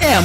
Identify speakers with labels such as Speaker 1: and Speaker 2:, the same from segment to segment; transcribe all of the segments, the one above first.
Speaker 1: M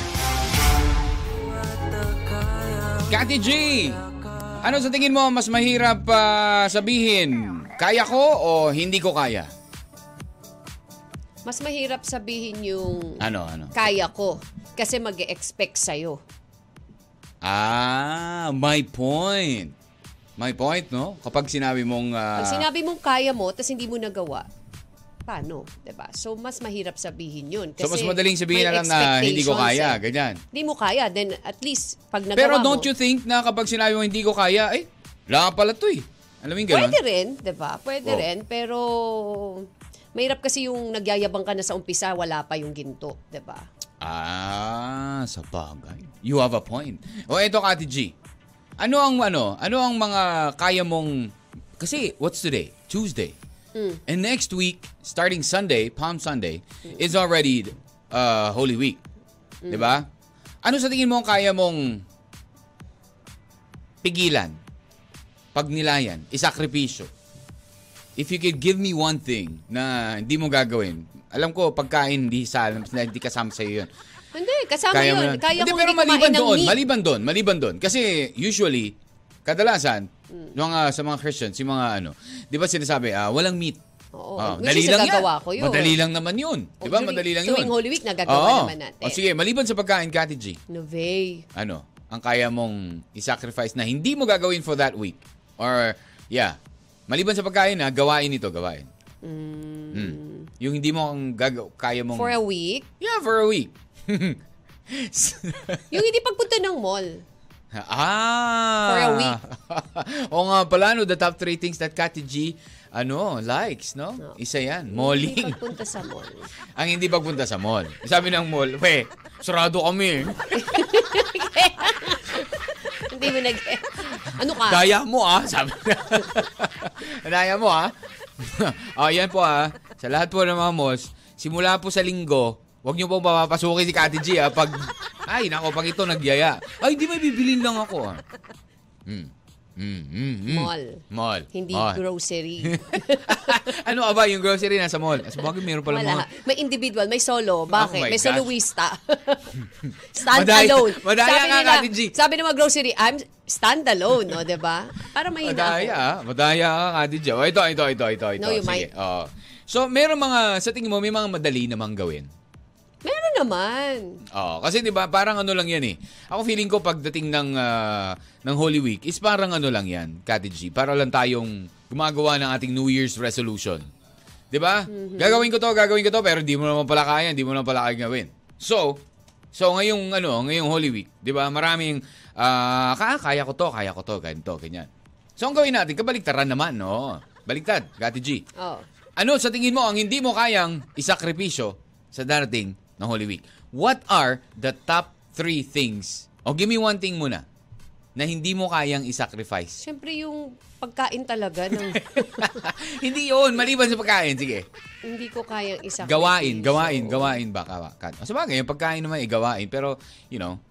Speaker 2: Kati G, ano sa tingin mo mas mahirap ah, sabihin? Kaya ko o hindi ko kaya?
Speaker 3: Mas mahirap sabihin yung
Speaker 2: Ano, ano?
Speaker 3: kaya ko kasi mag expect sa'yo.
Speaker 2: Ah, my point. My point, no? Kapag sinabi mong... ah,
Speaker 3: Pag sinabi mong kaya mo, tapos hindi mo nagawa, paano? 'Di ba? So, mas mahirap sabihin yun. Kasi
Speaker 2: so mas madaling sabihin
Speaker 3: may
Speaker 2: na lang na hindi ko
Speaker 3: expectations
Speaker 2: kaya,
Speaker 3: eh.
Speaker 2: ganyan.
Speaker 3: Hindi mo kaya, then at least pag nagawa
Speaker 2: Pero don't
Speaker 3: mo,
Speaker 2: you think na kapag sinabi mong hindi ko kaya, eh, wala pala to eh. Alam mo yung ganun?
Speaker 3: pwede rin, 'di ba? Pwede
Speaker 2: Oh.
Speaker 3: rin, pero mahirap kasi yung nagyayabang ka na sa umpisa, wala pa yung ginto, diba? 'di ba?
Speaker 2: Ah, sa bagay. You have a point. O eto, Kati G. Ano ang ano? Ano ang mga kaya mong kasi what's today? Tuesday. And next week, starting Sunday, Palm Sunday, is already uh, Holy Week. 'Di ba? Ano sa tingin mo ang kaya mong pigilan? Pagnilayan, isakripisyo. If you could give me one thing na hindi mo gagawin, alam ko pagkain hindi sa hindi kasama sa yun.
Speaker 3: Hindi, kasama
Speaker 2: Kaya mo
Speaker 3: yun.
Speaker 2: yun.
Speaker 3: Kaya
Speaker 2: Hindi,
Speaker 3: kong
Speaker 2: pero
Speaker 3: hindi kumain
Speaker 2: maliban
Speaker 3: ng
Speaker 2: doon,
Speaker 3: meat.
Speaker 2: maliban doon, maliban doon. Kasi usually, kadalasan,
Speaker 3: Mm.
Speaker 2: mga, sa mga Christians, yung mga ano, di ba sinasabi, ah, walang meat.
Speaker 3: Oo.
Speaker 2: Ah,
Speaker 3: Which is nagagawa ko yun.
Speaker 2: Madali lang naman yun. Di ba?
Speaker 3: during-
Speaker 2: Madali lang yun.
Speaker 3: tuwing Holy Week, nagagawa
Speaker 2: Oo.
Speaker 3: naman natin.
Speaker 2: O sige, maliban sa pagkain, Kati G,
Speaker 3: Novay.
Speaker 2: ano, ang kaya mong isacrifice na hindi mo gagawin for that week. Or, yeah, maliban sa pagkain, ha, gawain ito, gawain. Mm. Yung hindi mo ang gagaw- kaya mong...
Speaker 3: For a week.
Speaker 2: yeah, for a week.
Speaker 3: Yung hindi pagpunta ng mall.
Speaker 2: Ah!
Speaker 3: For a week.
Speaker 2: o nga pala, no, the top three things that Kati G, ano, likes, no?
Speaker 3: No.
Speaker 2: Isa yan,
Speaker 3: Hindi
Speaker 2: malling.
Speaker 3: pagpunta sa mall.
Speaker 2: Ang hindi pagpunta sa mall. Sabi ng mall, we, sarado kami.
Speaker 3: hindi mo nag... Ano ka?
Speaker 2: Daya mo ah, sabi na. Daya mo ah. o, yan po ah. Sa lahat po ng mga malls, simula po sa linggo, huwag niyo pong papapasukin si Kati G ah. Pag, ay, nako, pag ito nagyaya. Ay, di may bibilin lang ako ah. Mm. Mm, mm, mm.
Speaker 3: Mall.
Speaker 2: Mall.
Speaker 3: Hindi
Speaker 2: Mall.
Speaker 3: grocery.
Speaker 2: ano aba yung grocery nasa mall? Sa bagay meron pala
Speaker 3: Wala.
Speaker 2: mga...
Speaker 3: May individual, may solo. Bakit?
Speaker 2: Oh my
Speaker 3: may
Speaker 2: gosh.
Speaker 3: soloista. stand
Speaker 2: Madaya-
Speaker 3: alone.
Speaker 2: madaya
Speaker 3: sabi
Speaker 2: ka,
Speaker 3: nila,
Speaker 2: Kati G.
Speaker 3: Sabi ng mga grocery, I'm stand alone, no, 'di ba? Para mahina
Speaker 2: Madaya,
Speaker 3: ako.
Speaker 2: ah. madaya ka, Kati Jo. Oh, Ito, ito, ito, ito, ito.
Speaker 3: No, you
Speaker 2: Sige,
Speaker 3: might.
Speaker 2: oo. So, meron mga, sa tingin mo, may mga madali namang gawin.
Speaker 3: Meron naman.
Speaker 2: Oo, kasi 'di ba, parang ano lang 'yan eh. Ako feeling ko pagdating ng ah, ng Holy Week is parang ano lang 'yan, Kati G. Para lang tayong gumagawa ng ating New Year's resolution. 'Di ba? Gagawin ko 'to, gagawin ko 'to, pero hindi mo naman pala kaya, hindi mo naman pala kaya gawin. So, so ngayong ano, ngayong Holy Week, 'di ba? Maraming ah, "Ah, kaya ko 'to, kaya ko 'to, ganito, ganyan. So, ang gawin natin, kabaliktaran naman, no? Baliktad, Kati G.
Speaker 3: Oh.
Speaker 2: Ano sa tingin mo ang hindi mo kayang isakripisyo sa darating na Holy Week? What are the top three things? O give me one thing muna na hindi mo kayang isacrifice.
Speaker 3: Siyempre yung pagkain talaga ng
Speaker 2: hindi yon maliban sa pagkain. Sige.
Speaker 3: hindi ko kayang isa.
Speaker 2: Gawain, gawain, gawain ba? Kawa- ka- O, Sabagay, yung pagkain naman, eh, gawain. Pero, you know,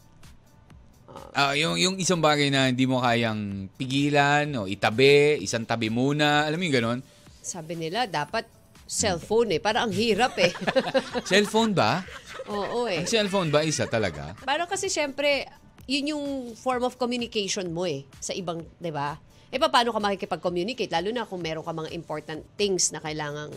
Speaker 2: ah, yung, yung isang bagay na hindi mo kayang pigilan o itabi, isang tabi muna, alam mo yung ganon?
Speaker 3: Sabi nila, dapat cellphone eh. Parang ang hirap eh.
Speaker 2: cellphone ba?
Speaker 3: Oo eh.
Speaker 2: Ang cellphone ba isa talaga?
Speaker 3: Parang kasi syempre, yun yung form of communication mo eh. Sa ibang, di ba? E pa, paano ka makikipag-communicate? Lalo na kung meron ka mga important things na kailangang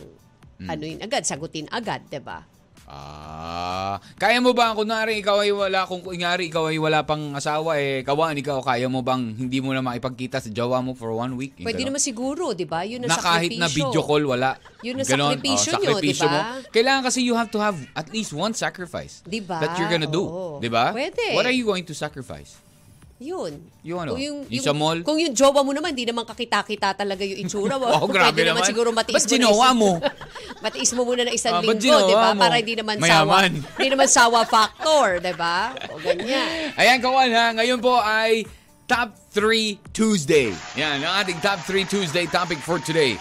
Speaker 2: Hmm.
Speaker 3: ano yun agad, sagutin agad, di ba?
Speaker 2: Ah, kaya mo ba kunwari ikaw ay wala kung kunyari ikaw ay wala pang asawa eh kawan ikaw kaya mo bang hindi mo na maipagkita sa jowa mo for one week? Yung
Speaker 3: Pwede
Speaker 2: ganon.
Speaker 3: naman siguro, di ba? Yun
Speaker 2: na
Speaker 3: ang
Speaker 2: kahit na
Speaker 3: sakripisyo.
Speaker 2: video call wala.
Speaker 3: Yun ang
Speaker 2: Ganon.
Speaker 3: sakripisyo
Speaker 2: Oo,
Speaker 3: nyo,
Speaker 2: sakripisyo
Speaker 3: diba?
Speaker 2: mo. Kailangan kasi you have to have at least one sacrifice
Speaker 3: Diba?
Speaker 2: that you're gonna do,
Speaker 3: Oo.
Speaker 2: 'di ba?
Speaker 3: Pwede.
Speaker 2: What are you going to sacrifice?
Speaker 3: Yun.
Speaker 2: Yung ano, yung sa mall?
Speaker 3: Kung yung jowa mo naman, hindi naman kakita-kita talaga yung itsura mo.
Speaker 2: Oh, grabe
Speaker 3: Pwede naman.
Speaker 2: naman.
Speaker 3: siguro matiis
Speaker 2: Ba't
Speaker 3: mo na
Speaker 2: ginawa
Speaker 3: isang-
Speaker 2: mo?
Speaker 3: matiis mo muna na isang
Speaker 2: Ah, ba't
Speaker 3: linggo, di
Speaker 2: ginawa
Speaker 3: ba?
Speaker 2: mo?
Speaker 3: Para hindi naman
Speaker 2: Mayaman.
Speaker 3: sawa. Hindi naman sawa factor, di ba? O ganyan.
Speaker 2: Ayan, kawan ha. Ngayon po ay Top 3 Tuesday. Yan, ang ating Top 3 Tuesday topic for today.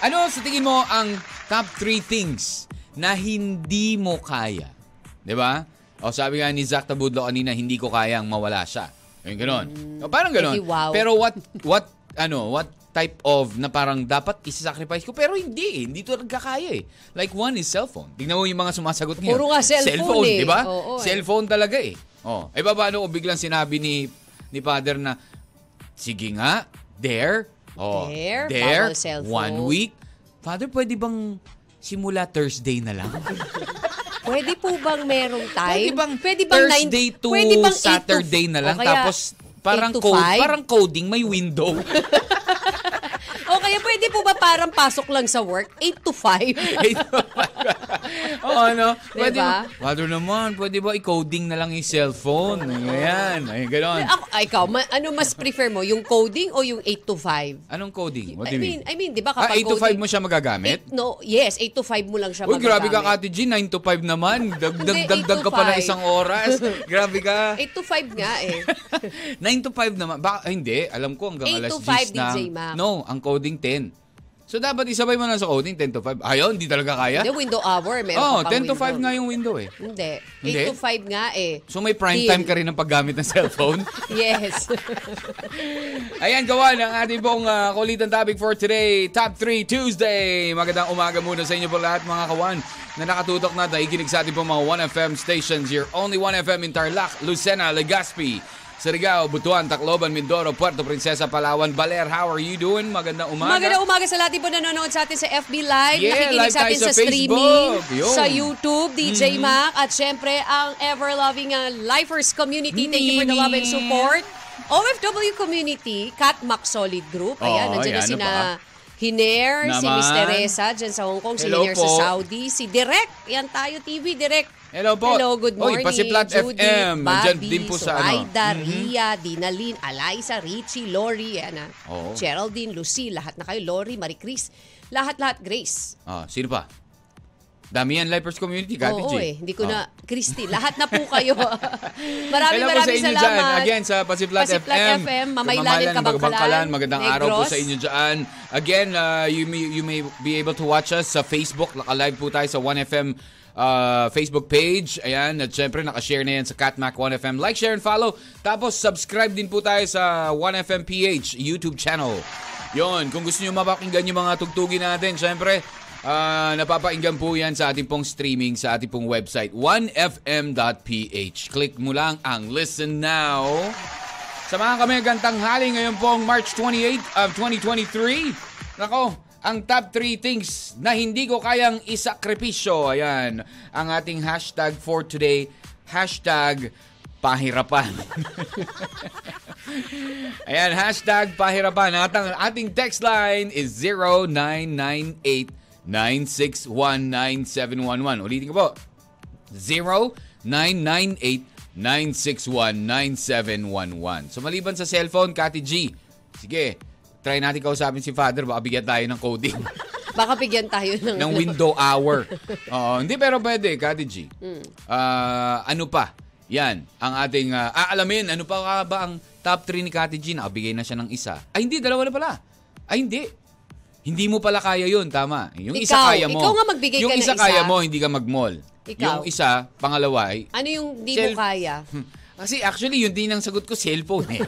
Speaker 2: Ano sa tingin mo ang top 3 things na hindi mo kaya? Di ba? O sabi nga ni Zach Tabudlo kanina, hindi ko kayang mawala siya. Yung ganon. O, parang ganon.
Speaker 3: Edi wow.
Speaker 2: Pero what, what, ano, what type of na parang dapat isasacrifice ko pero hindi eh. hindi to nagkakaya eh like one is cellphone tingnan mo yung mga sumasagot ngayon
Speaker 3: Puro nga cellphone eh.
Speaker 2: di ba diba?
Speaker 3: Oo, eh.
Speaker 2: cellphone talaga eh oh eh ba paano kung biglang sinabi ni ni father na sige nga there oh
Speaker 3: There,
Speaker 2: there
Speaker 3: bawal cellphone.
Speaker 2: one week father pwede bang simula Thursday na lang
Speaker 3: Pwede po bang merong time?
Speaker 2: Pwede bang,
Speaker 3: Pwede bang nine-
Speaker 2: Thursday to
Speaker 3: pwede bang eight to
Speaker 2: Saturday
Speaker 3: f-
Speaker 2: na lang
Speaker 3: o kaya
Speaker 2: tapos parang
Speaker 3: eight to
Speaker 2: code,
Speaker 3: five?
Speaker 2: parang coding may window.
Speaker 3: O kaya pwede po ba parang pasok lang sa work? 8 to 5?
Speaker 2: Oo, ano? Pwede
Speaker 3: Diba?
Speaker 2: ba? Father naman, pwede ba i-coding na lang yung cellphone? Ayan, ay ganon.
Speaker 3: Ako, ah, ikaw, ma- ano mas prefer mo? Yung coding o yung 8 to 5?
Speaker 2: Anong coding? What do
Speaker 3: I
Speaker 2: you
Speaker 3: mean,
Speaker 2: mean?
Speaker 3: I mean, di ba
Speaker 2: Ah,
Speaker 3: kapag
Speaker 2: 8 to 5
Speaker 3: coding-
Speaker 2: mo siya magagamit?
Speaker 3: Eight- no, yes, 8 to 5 mo lang siya
Speaker 2: Uy, grabe ka,
Speaker 3: magagamit.
Speaker 2: Kati G. 9 to 5 naman.
Speaker 3: Hindi,
Speaker 2: Dagdag,
Speaker 3: eight
Speaker 2: dagdag
Speaker 3: to
Speaker 2: ka pa ng
Speaker 3: five.
Speaker 2: isang oras. grabe ka.
Speaker 3: 8 to 5 nga eh.
Speaker 2: 9 to 5 naman. Ba, ay, hindi. Alam ko hanggang
Speaker 3: Eight
Speaker 2: alas
Speaker 3: to
Speaker 2: 10
Speaker 3: five,
Speaker 2: na.
Speaker 3: DJ Mac.
Speaker 2: No, ang coding 10. So, dapat isabay mo na sa coding 10 to 5. Ayaw, hindi talaga kaya.
Speaker 3: Hindi, window hour, meron
Speaker 2: Oo, oh,
Speaker 3: ka pang
Speaker 2: 10 to 5
Speaker 3: window.
Speaker 2: nga yung window eh.
Speaker 3: Hindi. 8
Speaker 2: Hindi?
Speaker 3: to 5 nga eh.
Speaker 2: So, may prime
Speaker 3: Deal.
Speaker 2: time ka rin ng paggamit ng cellphone.
Speaker 3: Yes.
Speaker 2: Ayan, gawa ng ating pong ah, kulitan topic for today, Top 3 Tuesday. Magandang umaga muna sa inyo po lahat mga kawan na nakatutok na naikinig sa ating pong mga 1FM stations. Your only 1FM in Tarlac, Lucena, Legazpi, Surigao, Butuan, Tacloban, Mindoro, Puerto Princesa, Palawan, Baler. How are you doing? Magandang umaga.
Speaker 3: Magandang um- umaga sa lahat din po nanonood sa atin sa FB Live.
Speaker 2: Yeah,
Speaker 3: Nakikinig
Speaker 2: live
Speaker 3: sa atin
Speaker 2: tayo
Speaker 3: sa,
Speaker 2: sa
Speaker 3: streaming,
Speaker 2: Facebook. Yun. Mm-hmm.
Speaker 3: sa YouTube, DJ Mac, at syempre ang ever-loving uh, Lifers community. Thank you for the love and
Speaker 2: Mimi.
Speaker 3: support. OFW community, Cat Mac Solid Group. Ayan,
Speaker 2: Oo, Oh,
Speaker 3: nandiyan na
Speaker 2: ayan,
Speaker 3: sina
Speaker 2: ano
Speaker 3: Hiner, si
Speaker 2: Naman.
Speaker 3: Miss Teresa, dyan sa Hong Kong, si
Speaker 2: Hello
Speaker 3: Hiner
Speaker 2: po.
Speaker 3: sa Saudi, si Direct. Yan tayo, TV, Direct.
Speaker 2: Hello po.
Speaker 3: Hello, good
Speaker 2: Oy,
Speaker 3: morning.
Speaker 2: Pasiplat
Speaker 3: Judy,
Speaker 2: FM. Nandyan
Speaker 3: Bobby,
Speaker 2: din po sa ano.
Speaker 3: Zoraida, Ria, Dinalin, Eliza, Richie, Lori, yan ah.
Speaker 2: Oo.
Speaker 3: Geraldine, Lucy, lahat na kayo. Lori, Marie Chris, lahat-lahat. Grace.
Speaker 2: Ah, sino pa? Dami yan, Lifers Community, Kati
Speaker 3: Oo
Speaker 2: G.
Speaker 3: eh, hindi ko
Speaker 2: Ah.
Speaker 3: na, Christy, lahat na po kayo. marami,
Speaker 2: Hello
Speaker 3: marami
Speaker 2: po sa inyo
Speaker 3: salamat.
Speaker 2: dyan. Again, sa Pasiplat,
Speaker 3: Pasiplat
Speaker 2: FM.
Speaker 3: FM,
Speaker 2: Kung
Speaker 3: Mamaylanin, Kabangkalan,
Speaker 2: Magandang
Speaker 3: Negros.
Speaker 2: araw po sa inyo dyan. Again, uh, you, may, you may be able to watch us sa Facebook. Naka-live po tayo sa 1FM uh, Facebook page. Ayan, at syempre, nakashare na yan sa Catmac 1FM. Like, share, and follow. Tapos, subscribe din po tayo sa 1FM PH YouTube channel. Yon, kung gusto nyo mapakinggan yung mga tugtugin natin, syempre, ah, napapakinggan po yan sa ating pong streaming sa ating pong website 1fm.ph. Click mo lang ang Listen Now. Samahan kami hanggang tanghali ngayon pong March 28 of 2023. Nako, ang top 3 things na hindi ko kayang isakripisyo. Ayan, ang ating hashtag for today, hashtag pahirapan. Ayan, hashtag pahirapan. At ang ating text line is 0998 9619711. Ulitin ko po, 0998-961-9711. So maliban sa cellphone, Kati G, sige, try natin kausapin si Father, baka bigyan tayo ng coding,
Speaker 3: Baka bigyan tayo ng...
Speaker 2: ng window hour. Oo, hindi pero pwede, Kati G. Ah, ano pa? Yan, ang ating, ah, aalamin, ano pa ba ang top 3 ni Kati G? Nakabigay na siya ng isa. Ay, hindi, dalawa na pala. Ay, hindi. Hindi mo pala kaya yun, tama. Yung isa
Speaker 3: Ikaw,
Speaker 2: kaya mo.
Speaker 3: ikaw nga magbigay
Speaker 2: yung
Speaker 3: ka ng
Speaker 2: isa.
Speaker 3: isa.
Speaker 2: kaya mo, hindi ka mag-mall.
Speaker 3: Ikaw.
Speaker 2: Yung isa, pangalawa, ay,
Speaker 3: ano yung di
Speaker 2: Sel-
Speaker 3: mo kaya?
Speaker 2: kasi Hmm. Ah, actually, yun din ang sagot ko, cellphone eh.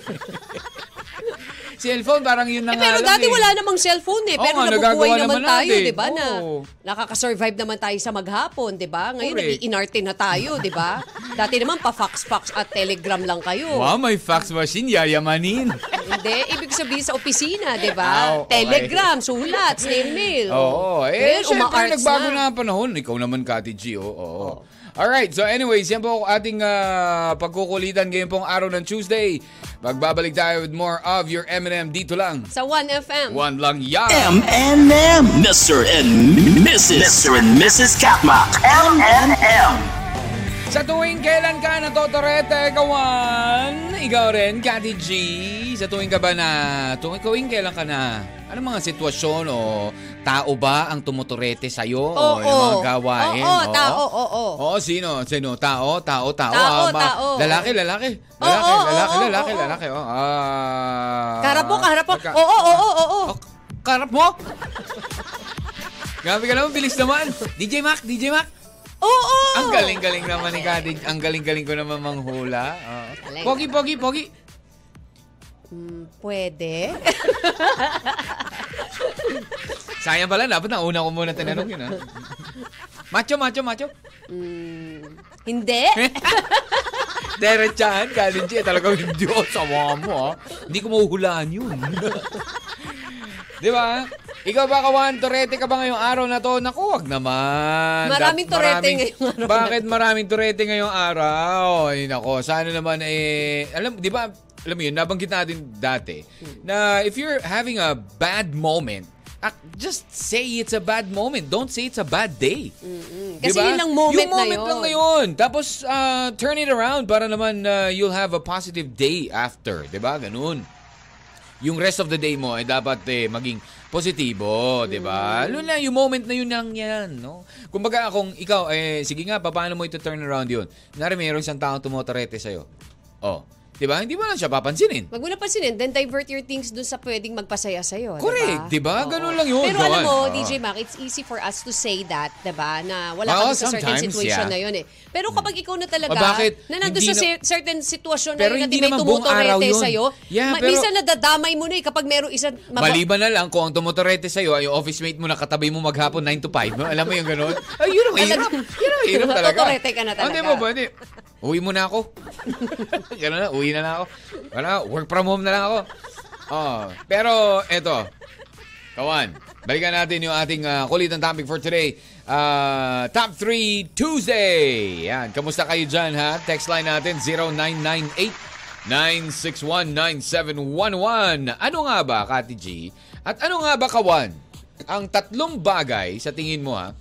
Speaker 2: cellphone, parang yun na
Speaker 3: Eh,
Speaker 2: nga
Speaker 3: pero
Speaker 2: lang
Speaker 3: dati
Speaker 2: eh.
Speaker 3: wala namang cellphone eh.
Speaker 2: Oo
Speaker 3: Pero
Speaker 2: nga,
Speaker 3: nabubuhay
Speaker 2: nagagawa
Speaker 3: naman,
Speaker 2: naman
Speaker 3: tayo,
Speaker 2: natin.
Speaker 3: di ba? Na,
Speaker 2: Oo.
Speaker 3: nakakasurvive naman tayo sa maghapon, di ba? Ngayon,
Speaker 2: Correct.
Speaker 3: nag-iinarte na tayo, di ba? Dati naman, pa-fax-fax at telegram lang kayo.
Speaker 2: Wow, may fax machine, yayamanin.
Speaker 3: Hindi, ibig sabihin sa opisina, di
Speaker 2: Ah,
Speaker 3: ba?
Speaker 2: okay.
Speaker 3: Telegram, sulat, snail mail.
Speaker 2: Oo. Eh,
Speaker 3: Ngayon,
Speaker 2: syempre,
Speaker 3: uma-arts
Speaker 2: nagbago na ang panahon. Ikaw naman, Kati G. Oo. oo. Alright, so anyways, yan po ang ating ah, pagkukulitan ngayon pong araw ng Tuesday. Magbabalik tayo with more of your M&M dito lang.
Speaker 3: Sa 1FM.
Speaker 2: One lang yan.
Speaker 1: M and M. Mr. and Mrs. Mr. and Mrs. Katmak.
Speaker 4: M M M.
Speaker 2: Sa tuwing kailan ka natotorete, kawan, ikaw rin, Kati G, sa tuwing ka ba na, tuwing tuwing kailan ka na, ano mga sitwasyon o tao ba ang tumuturete sa'yo o yung mga gawain?
Speaker 3: Oo, tao, oo, oo.
Speaker 2: Oo, sino? Sino? Tao, tao, tao.
Speaker 3: Tao,
Speaker 2: ah, ma-
Speaker 3: tao.
Speaker 2: Lalaki, lalaki. Lalaki,
Speaker 3: Oo, oo,
Speaker 2: lalaki,
Speaker 3: oo,
Speaker 2: lalaki,
Speaker 3: oo.
Speaker 2: lalaki. Oh, ah.
Speaker 3: Karapok, karapok.
Speaker 2: Ka-
Speaker 3: Oo, oo, oo, oo.
Speaker 2: Oh, karapok? Grabe ka naman, bilis naman. DJ Mac, DJ Mac.
Speaker 3: Oo.
Speaker 2: Ang galing-galing naman ni Kati. Ang galing-galing ko naman manghula. Oo.
Speaker 3: Galing.
Speaker 2: Pogi, pogi, pogi.
Speaker 3: Mm, Pwede.
Speaker 2: Sayang pala, dapat nauna ko muna tinanong yun. Ha? Macho, macho, macho.
Speaker 3: Mm, hindi.
Speaker 2: Derechahan, galing siya. Talagang hindi ako sama mo, ha? Hindi ko mahuhulaan yun. Di ba? Ikaw ba, Kawan, turete ka ba ngayong araw na to? Naku, wag naman.
Speaker 3: Maraming
Speaker 2: Dat-
Speaker 3: turete ngayong araw na
Speaker 2: Bakit maraming turete ngayong araw? Ay, nako, sana naman eh... Alam, di ba, alam mo yun, nabanggit natin dati na if you're having a bad moment, ak- just say it's a bad moment. Don't say it's a bad day.
Speaker 3: Kasi
Speaker 2: Diba?
Speaker 3: yun lang moment
Speaker 2: yung moment
Speaker 3: na yun.
Speaker 2: lang na yun. Tapos, ah, turn it around para naman ah, you'll have a positive day after. 'di ba? Ganun. Yung rest of the day mo, eh, dapat eh, maging positibo, 'di ba?
Speaker 3: Mm.
Speaker 2: Lalo na yung moment na yun lang yan, no? Kumbaga, kung ikaw, eh, sige nga, paano mo ito turn around yun? Kunwari, mayroong isang taong tumotorete sa'yo. Oh, 'di ba? Hindi mo lang siya papansinin.
Speaker 3: Wag mo na pansinin, then divert your things dun sa pwedeng magpasaya sa'yo.
Speaker 2: Correct, diba?
Speaker 3: Oo.
Speaker 2: Ganun lang yun,
Speaker 3: Pero alam
Speaker 2: Joanne.
Speaker 3: mo,
Speaker 2: Oo.
Speaker 3: DJ Mac, it's easy for us to say that, diba? Na wala
Speaker 2: Oo,
Speaker 3: ka dun sa certain
Speaker 2: sometimes,
Speaker 3: situation
Speaker 2: yeah. Hmm.
Speaker 3: na yun eh. Pero kapag ikaw na talaga,
Speaker 2: O bakit?
Speaker 3: na nandun
Speaker 2: Hindi
Speaker 3: sa
Speaker 2: na-
Speaker 3: cer- certain situation
Speaker 2: Pero
Speaker 3: na yun
Speaker 2: hindi
Speaker 3: at may
Speaker 2: naman buong araw
Speaker 3: tumutorete
Speaker 2: yun.
Speaker 3: sa'yo,
Speaker 2: Yeah,
Speaker 3: ma-
Speaker 2: pero-
Speaker 3: minsan nadadamay mo na eh kapag meron isang... maba-
Speaker 2: Maliban na lang kung ang tumotorete sa'yo ay yung office mate mo na katabi mo maghapon 9 to 5. no? Alam mo yung gano'n? Ay, yun ang hirap. Yun ang hirap talaga.
Speaker 3: Tumotorete ka na talaga.
Speaker 2: Hindi mo ba? Hindi. Uwi mo na ako. gano'n na, uwi na na ako. Wala, work from home na lang ako. Oh, pero eto, Kawan, balikan natin yung ating ah, kulitan topic for today. Ah, Top 3 Tuesday! Yan, kamusta kayo dyan ha? Text line natin 0998-961-9711. Ano nga ba, Kati G? At ano nga ba, Kawan? Ang tatlong bagay, sa tingin mo ha,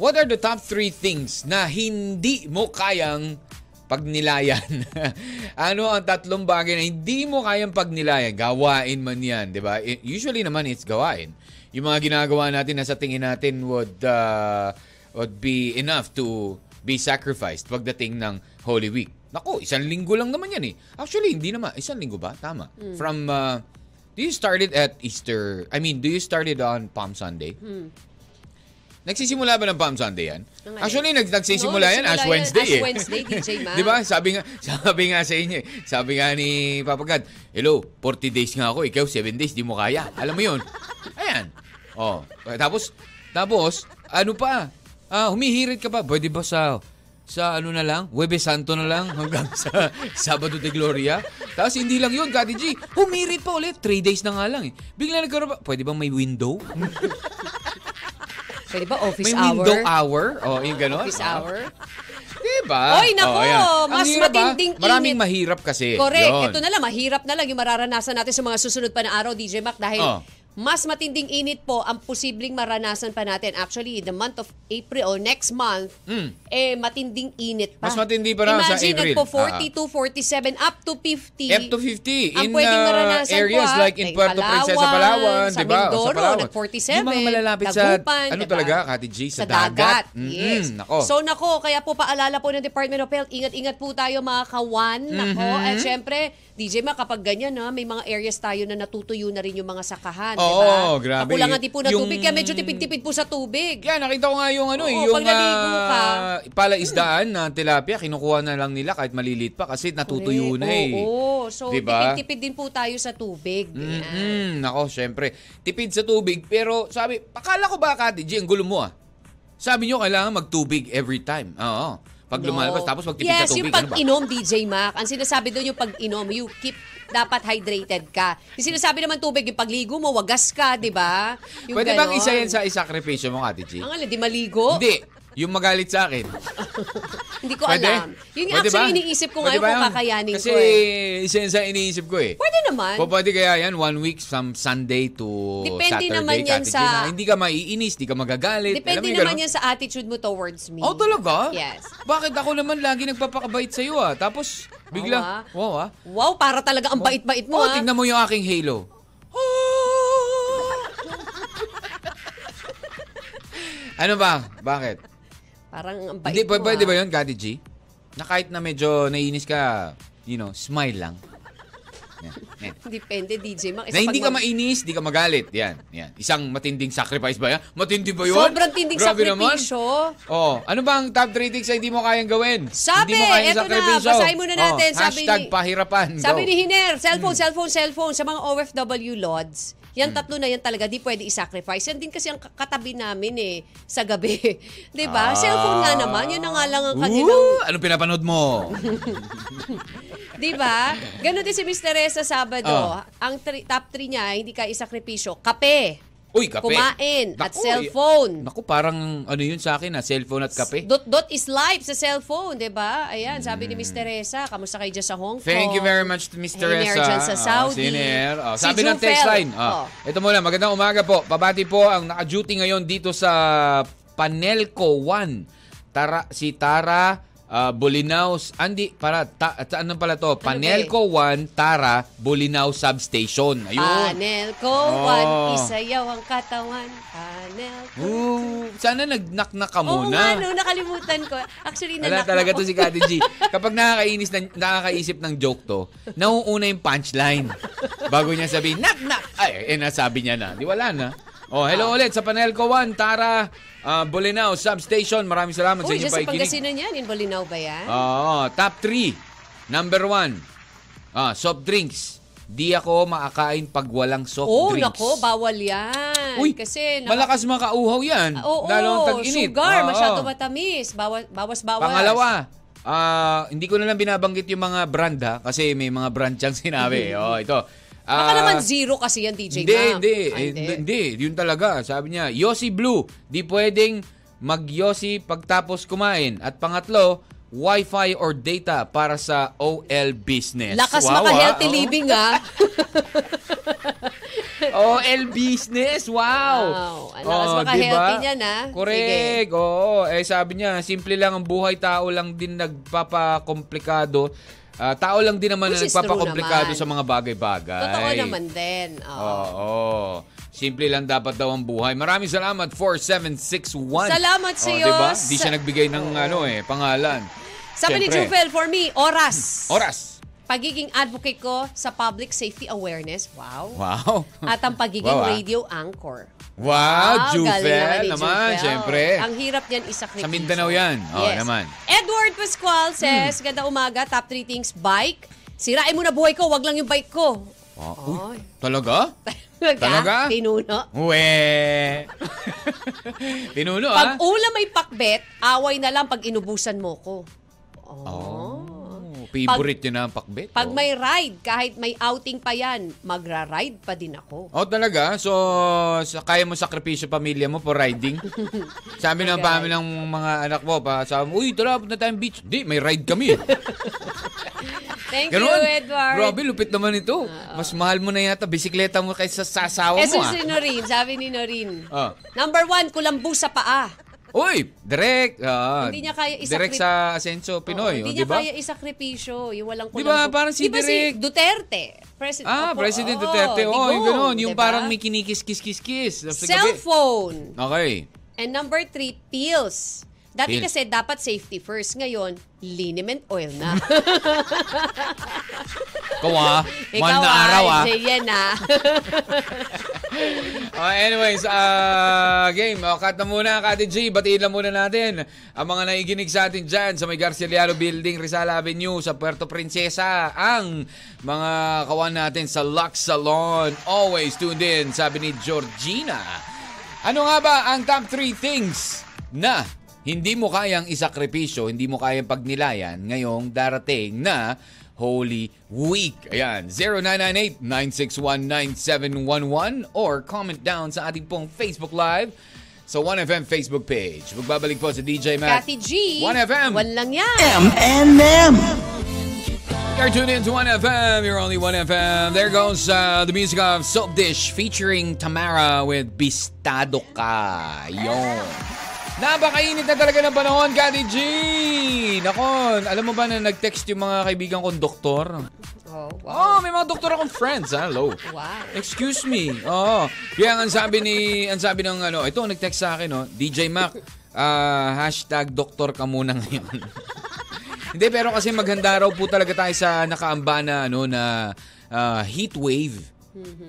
Speaker 2: what are the top 3 things na hindi mo kayang pagnilayan. ano ang tatlong bagay na hindi mo kayang pagnilayan? Gawain man yan, di ba? I- Usually naman it's gawain. Yung mga ginagawa natin na sa tingin natin would, uh, would be enough to be sacrificed pagdating ng Holy Week. Nako, isang linggo lang naman yan eh. Actually, hindi naman. Isang linggo ba? Tama.
Speaker 3: Hmm.
Speaker 2: From, uh, do you start it at Easter? I mean, do you start it on Palm Sunday?
Speaker 3: Hmm.
Speaker 2: Nagsisimula ba ng Palm Sunday yan?
Speaker 3: Ngayon.
Speaker 2: Actually, nag nagsisimula
Speaker 3: No,
Speaker 2: yan as
Speaker 3: nagsimula yan
Speaker 2: Wednesday
Speaker 3: as
Speaker 2: eh.
Speaker 3: Wednesday, DJ Mac.
Speaker 2: Di ba? Sabi nga, sabi nga sa inyo, eh. sabi nga ni Papa God, hello, 40 days nga ako, ikaw 7 days, di mo kaya. Alam mo yun? Ayan. Oh, tapos, tapos, ano pa? Ah, humihirit ka pa, pwede ba sa sa ano na lang, Huwebes Santo na lang hanggang sa Sabado de Gloria. Tapos hindi lang yun, Kati G, humirit pa ulit. Three days na nga lang eh. Bigla nagkaroon pa, pwede ba may window?
Speaker 3: Pwede ba office
Speaker 2: may
Speaker 3: hour?
Speaker 2: window hour? Oh, yung gano'n.
Speaker 3: Office hour?
Speaker 2: Diba?
Speaker 3: Oy, nako,
Speaker 2: ayan. Ang
Speaker 3: mas
Speaker 2: hirap, ah.
Speaker 3: matinding init.
Speaker 2: Maraming mahirap kasi.
Speaker 3: Correct.
Speaker 2: Yun.
Speaker 3: Ito na lang, mahirap na lang yung mararanasan natin sa mga susunod pa na araw, DJ Mac, dahil
Speaker 2: Oh.
Speaker 3: mas matinding init po ang posibleng maranasan pa natin. Actually, the month of April or next month,
Speaker 2: Mm.
Speaker 3: eh, matinding init pa.
Speaker 2: Mas matindi pa na sa
Speaker 3: Imagine,
Speaker 2: April. Ah.
Speaker 3: nagpo 42, 47, up to 50.
Speaker 2: Up to 50
Speaker 3: Ang
Speaker 2: in
Speaker 3: pwedeng
Speaker 2: uh,
Speaker 3: maranasan ko,
Speaker 2: areas
Speaker 3: ah.
Speaker 2: like in
Speaker 3: Like
Speaker 2: Puerto Princesa,
Speaker 3: Palawan,
Speaker 2: Palawan,
Speaker 3: sa
Speaker 2: di ba?
Speaker 3: Mindoro,
Speaker 2: Palawan.
Speaker 3: nag- 47,
Speaker 2: Yung mga malalapit
Speaker 3: Dagupan,
Speaker 2: sa, ano
Speaker 3: di ba?
Speaker 2: talaga, Kati G, sa,
Speaker 3: dagat.
Speaker 2: Mm-mm,
Speaker 3: Yes.
Speaker 2: Nako.
Speaker 3: So nako, kaya po paalala po ng Department of Health, ingat-ingat po tayo mga kawan. Nako,
Speaker 2: Mm-hmm.
Speaker 3: at syempre, DJ Ma, kapag ganyan na, may mga areas tayo na natutuyo na rin yung mga sakahan, di ba?
Speaker 2: Oo, grabe.
Speaker 3: Kakulangan din po ng
Speaker 2: Yung-
Speaker 3: tubig, kaya medyo tipid-tipid po sa tubig.
Speaker 2: Yan, nakita ko nga yung ano, eh,
Speaker 3: Oo,
Speaker 2: yung
Speaker 3: pag naligo ka.
Speaker 2: ah, palaisdaan na tilapia, kinukuha na lang nila kahit malilit pa kasi natutuyo na eh.
Speaker 3: Oo, so
Speaker 2: Di ba?
Speaker 3: tipid-tipid din po tayo sa tubig.
Speaker 2: Mm,
Speaker 3: Yan.
Speaker 2: nako, syempre. Tipid sa tubig, pero sabi, pakala ko ba, Kati G, ang gulo mo ah. Sabi nyo, kailangan magtubig every time. Oo. Pag lumalabas,
Speaker 3: No.
Speaker 2: tapos magtipid sa
Speaker 3: yes,
Speaker 2: tubig.
Speaker 3: yung
Speaker 2: ano ba?
Speaker 3: pag-inom, DJ Mac. Ang sinasabi doon yung pag-inom, you keep dapat hydrated ka. Yung sinasabi naman tubig, yung pagligo mo, wagas ka, di ba? Yung
Speaker 2: Pwede bang
Speaker 3: ganon. oh.
Speaker 2: isa yan sa isakripisyo mo, Kati G?
Speaker 3: Ang alam, ano, di maligo?
Speaker 2: Hindi. Yung magalit sa akin.
Speaker 3: Hindi ko
Speaker 2: Pwede? diba?
Speaker 3: alam. Yun yung
Speaker 2: Pwede
Speaker 3: actually
Speaker 2: ba?
Speaker 3: iniisip ko
Speaker 2: Pwede
Speaker 3: ngayon kung
Speaker 2: ba?
Speaker 3: kakayanin
Speaker 2: Kasi
Speaker 3: ko eh.
Speaker 2: isa yun sa iniisip ko eh.
Speaker 3: Pwede naman.
Speaker 2: Pa- Pwede kaya yan, one week from Sunday to
Speaker 3: Depende
Speaker 2: Saturday.
Speaker 3: naman yan
Speaker 2: Saturday
Speaker 3: sa-
Speaker 2: na hindi ka maiinis, hindi ka magagalit.
Speaker 3: Depende
Speaker 2: yung
Speaker 3: naman
Speaker 2: ganun?
Speaker 3: yan sa attitude mo towards me.
Speaker 2: Oh, talaga?
Speaker 3: Yes.
Speaker 2: Bakit ako naman lagi nagpapakabait sa'yo ah? Tapos, bigla,
Speaker 3: ah.
Speaker 2: wow ah.
Speaker 3: Wow, para talaga ang bait-bait mo
Speaker 2: Oh,
Speaker 3: ah.
Speaker 2: tingnan mo yung aking halo. ano ba? Bakit?
Speaker 3: Parang ang bait
Speaker 2: Hindi,
Speaker 3: mo
Speaker 2: pa, pwede
Speaker 3: ah.
Speaker 2: ba yun, Kati G? Na kahit na medyo naiinis ka, you know, smile lang. Yan, yan.
Speaker 3: Depende, DJ Mac. Isa
Speaker 2: Na hindi
Speaker 3: pag-
Speaker 2: ka mainis, hindi ka magalit. Yan, yan. Isang matinding sacrifice ba yan? Matindi ba yun?
Speaker 3: Sobrang tinding
Speaker 2: Grabe naman.
Speaker 3: sakripisyo.
Speaker 2: Oh, ano ba ang top 3 things na hindi mo kayang gawin?
Speaker 3: Sabi,
Speaker 2: hindi mo kayang
Speaker 3: eto na,
Speaker 2: sakripisyo.
Speaker 3: basahin muna natin.
Speaker 2: Oh,
Speaker 3: Sabi
Speaker 2: hashtag
Speaker 3: ni-
Speaker 2: pahirapan.
Speaker 3: Sabi
Speaker 2: Go.
Speaker 3: ni Hiner, cellphone, cellphone, cellphone. Sa mga OFW lods, yan
Speaker 2: Hmm.
Speaker 3: tatlo na yan talaga, di pwede i-sacrifice. Yan din kasi ang katabi namin eh, sa gabi. di
Speaker 2: Ah.
Speaker 3: ba? Cellphone nga naman, yun na nga lang ang kanilang
Speaker 2: Ooh, anong pinapanood mo?
Speaker 3: Di ba? Ganon din si Miss Teresa Sabado.
Speaker 2: Oh.
Speaker 3: Ang tri- top 3 niya, hindi ka isakripisyo. Kape.
Speaker 2: Uy, kape.
Speaker 3: Kumain at
Speaker 2: Naku, eh,
Speaker 3: cellphone.
Speaker 2: Naku, parang ano yun sa akin na cellphone at kape. Hmm.
Speaker 3: Dot-dot is life sa cellphone, di ba? Ayan, sabi ni Miss Teresa, kamusta kayo dyan sa Hong Kong?
Speaker 2: Thank you very much to Miss
Speaker 3: Hey,
Speaker 2: Teresa.
Speaker 3: Mayor Oh. dyan sa
Speaker 2: Oh,
Speaker 3: Saudi.
Speaker 2: si Ner. Oh,
Speaker 3: Si
Speaker 2: sabi ng text
Speaker 3: Jufel.
Speaker 2: line. Oh.
Speaker 3: Oh.
Speaker 2: Ito muna, magandang umaga po. Pabati po ang naka-duty ngayon dito sa Panelco 1. Tara, si Tara uh, Bolinaus. Andi, para, ta, ta- ano pala to?
Speaker 3: ba
Speaker 2: Panelco 1, Tara, Bolinaw Substation. Ayun.
Speaker 3: Panel ko, one,
Speaker 2: Oh.
Speaker 3: isayaw ang katawan. Panel ko.
Speaker 2: Ooh, sana nagnaknak ka
Speaker 3: Oo
Speaker 2: muna.
Speaker 3: nga, no, nakalimutan ko. Actually,
Speaker 2: Wala
Speaker 3: nanak
Speaker 2: talaga to si Kati G. Kapag nakakainis na, nakakaisip ng joke to, nauuna yung punchline. Bago niya sabihin, knock, knock. Ay, eh, nasabi niya na. Di wala na. Oh, hello
Speaker 3: Ah.
Speaker 2: ulit sa Panelco 1, Tara uh, Bolinao Substation. Maraming salamat sa
Speaker 3: Uy,
Speaker 2: inyo Ah,
Speaker 3: dyan sa
Speaker 2: paikinig.
Speaker 3: Pangasinan yan, in Bolinao ba yan?
Speaker 2: Oo, top 3. Number 1, ah, soft drinks. Di ako makakain pag walang soft
Speaker 3: oh,
Speaker 2: drinks.
Speaker 3: nako, bawal yan.
Speaker 2: Uy,
Speaker 3: kasi, naka- Ah,
Speaker 2: malakas makauhaw yan.
Speaker 3: Oo,
Speaker 2: Lalo ang tag-init.
Speaker 3: sugar,
Speaker 2: Oo.
Speaker 3: masyado matamis. Bawas, bawas, bawas.
Speaker 2: Pangalawa, ah, hindi ko na lang binabanggit yung mga brand ha, kasi may mga brand siyang sinabi. oh, ito.
Speaker 3: Mm-hmm. Baka
Speaker 2: Ah,
Speaker 3: naman zero kasi yan, DJ
Speaker 2: Hindi,
Speaker 3: Mac.
Speaker 2: hindi,
Speaker 3: Ah,
Speaker 2: Eh, hindi. Hindi, yun talaga. Sabi niya, Yossi Blue, di pwedeng mag-Yossi pagtapos kumain. At pangatlo, Wi-Fi or data para sa OL business.
Speaker 3: Lakas
Speaker 2: Wow,
Speaker 3: maka-healthy
Speaker 2: ah. Oo.
Speaker 3: living, ah.
Speaker 2: OL Oh, business, wow! Oh, diba?
Speaker 3: Wow, ang lakas maka-healthy niyan, ah.
Speaker 2: Correct, oo. Eh, sabi niya, simple lang ang buhay, tao lang din nagpapakomplikado. Ah, tao lang din naman na
Speaker 3: Which is true
Speaker 2: nagpapakomplikado
Speaker 3: naman.
Speaker 2: sa mga bagay-bagay.
Speaker 3: Totoo naman din.
Speaker 2: Oh.
Speaker 3: Oo.
Speaker 2: Oo. Simple lang dapat daw ang buhay. Maraming salamat, 4761.
Speaker 3: Salamat
Speaker 2: Oh,
Speaker 3: sa'yo.
Speaker 2: diba? Di siya
Speaker 3: Sa-
Speaker 2: nagbigay ng ano eh, pangalan.
Speaker 3: Sabi ni
Speaker 2: Siyempre,
Speaker 3: Jufel, for me, oras.
Speaker 2: Oras.
Speaker 3: Pagiging advocate ko sa public safety awareness. Wow.
Speaker 2: Wow.
Speaker 3: At ang pagiging
Speaker 2: Wow, ah.
Speaker 3: radio anchor.
Speaker 2: Wow,
Speaker 3: Wow, galing
Speaker 2: Jufel
Speaker 3: ni
Speaker 2: naman,
Speaker 3: Jufel.
Speaker 2: syempre.
Speaker 3: Ang hirap niyan isakripisyo.
Speaker 2: Sa Mindanao yan. Oo, naman. Hmm.
Speaker 3: Edward Pascual says, ganda umaga, top 3 things, bike. Sirain mo na buhay ko, wag lang yung bike ko.
Speaker 2: Oh, uy,
Speaker 3: Ay.
Speaker 2: talaga?
Speaker 3: Talaga?
Speaker 2: Talaga? Diba?
Speaker 3: Pinuno.
Speaker 2: Uwe! Pinuno, ah.
Speaker 3: Pag ulam may pakbet, away na lang pag inubusan mo ko. Oh.
Speaker 2: Oh, favorite yun na ang pakbet. oh.
Speaker 3: Pag may ride, kahit may outing pa yan, magra-ride pa din ako.
Speaker 2: Oh, talaga? So, sa, kaya mo sakripisyo pamilya mo for riding? Sabi ng
Speaker 3: Okay.
Speaker 2: pami ng mga anak mo, pa, sabi mo, uy, tara, punta tayong beach. Di, may ride kami.
Speaker 3: Thank
Speaker 2: Ganun.
Speaker 3: you, Edward.
Speaker 2: Grabe, lupit naman ito. Mas mahal mo na yata bisikleta mo kaysa sa asawa
Speaker 3: Eh,
Speaker 2: mo,
Speaker 3: so
Speaker 2: ah.
Speaker 3: si Noreen, sabi ni Noreen.
Speaker 2: Ah.
Speaker 3: Number one, kulambu sa paa.
Speaker 2: Uy, direct. ah,
Speaker 3: Hindi niya kaya isakri-
Speaker 2: Direct sa Asenso Pinoy, oh,
Speaker 3: Oo, Hindi
Speaker 2: di
Speaker 3: niya
Speaker 2: ba?
Speaker 3: kaya isakripisyo. Yung walang
Speaker 2: Di
Speaker 3: kulambu.
Speaker 2: ba, parang si
Speaker 3: Di ba
Speaker 2: Direk-
Speaker 3: Duterte? President,
Speaker 2: Ah,
Speaker 3: Opo,
Speaker 2: President
Speaker 3: oo,
Speaker 2: Duterte. Oh, yung
Speaker 3: digong,
Speaker 2: ganun. Yung
Speaker 3: di ba?
Speaker 2: parang may kinikis-kis-kis-kis. Sa gabi.
Speaker 3: Cellphone.
Speaker 2: Okay.
Speaker 3: And number three, pills. Dati
Speaker 2: Pills.
Speaker 3: kasi dapat safety first. Ngayon, liniment oil na.
Speaker 2: Ikaw ah. Mahal
Speaker 3: Ikaw
Speaker 2: na
Speaker 3: ah,
Speaker 2: araw ah.
Speaker 3: Jay, yan ah.
Speaker 2: Oh, anyways, ah, game. Oh, cut na muna, Kati G. Batiin lang muna natin ang mga naiginig sa atin dyan sa may Garciliano Building, Rizal Avenue, sa Puerto Princesa. Ang mga kawan natin sa Lux Salon. Always tuned in, sabi ni Georgina. Ano nga ba ang top 3 things na hindi mo kayang isakripisyo, hindi mo kayang pagnilayan ngayong darating na Holy Week. Ayan, 0998-961-9711 or comment down sa ating pong Facebook Live sa 1FM Facebook page. Magbabalik po si DJ Mac.
Speaker 3: Kathy G.
Speaker 2: 1FM.
Speaker 3: One lang yan.
Speaker 1: M and M.
Speaker 2: You're tuned in to 1FM. You're only 1FM. There goes uh, the music of Soap Dish featuring Tamara with Bistado Ka. Yun. Napakainit na talaga ng panahon, Kati G! Nakon, alam mo ba na nag-text yung mga kaibigan kong doktor?
Speaker 3: Oh,
Speaker 2: Oh,
Speaker 3: wow.
Speaker 2: may mga doktor akong friends, ha? Hello.
Speaker 3: Wow.
Speaker 2: Excuse me. Oo. Kaya ang sabi ni, ang sabi ng ano, ito ang nag-text sa akin, no? DJ Mac, ah, hashtag doktor ka muna ngayon. Hindi, pero kasi maghanda raw po talaga tayo sa nakaamba na, ano, na ah, heat wave.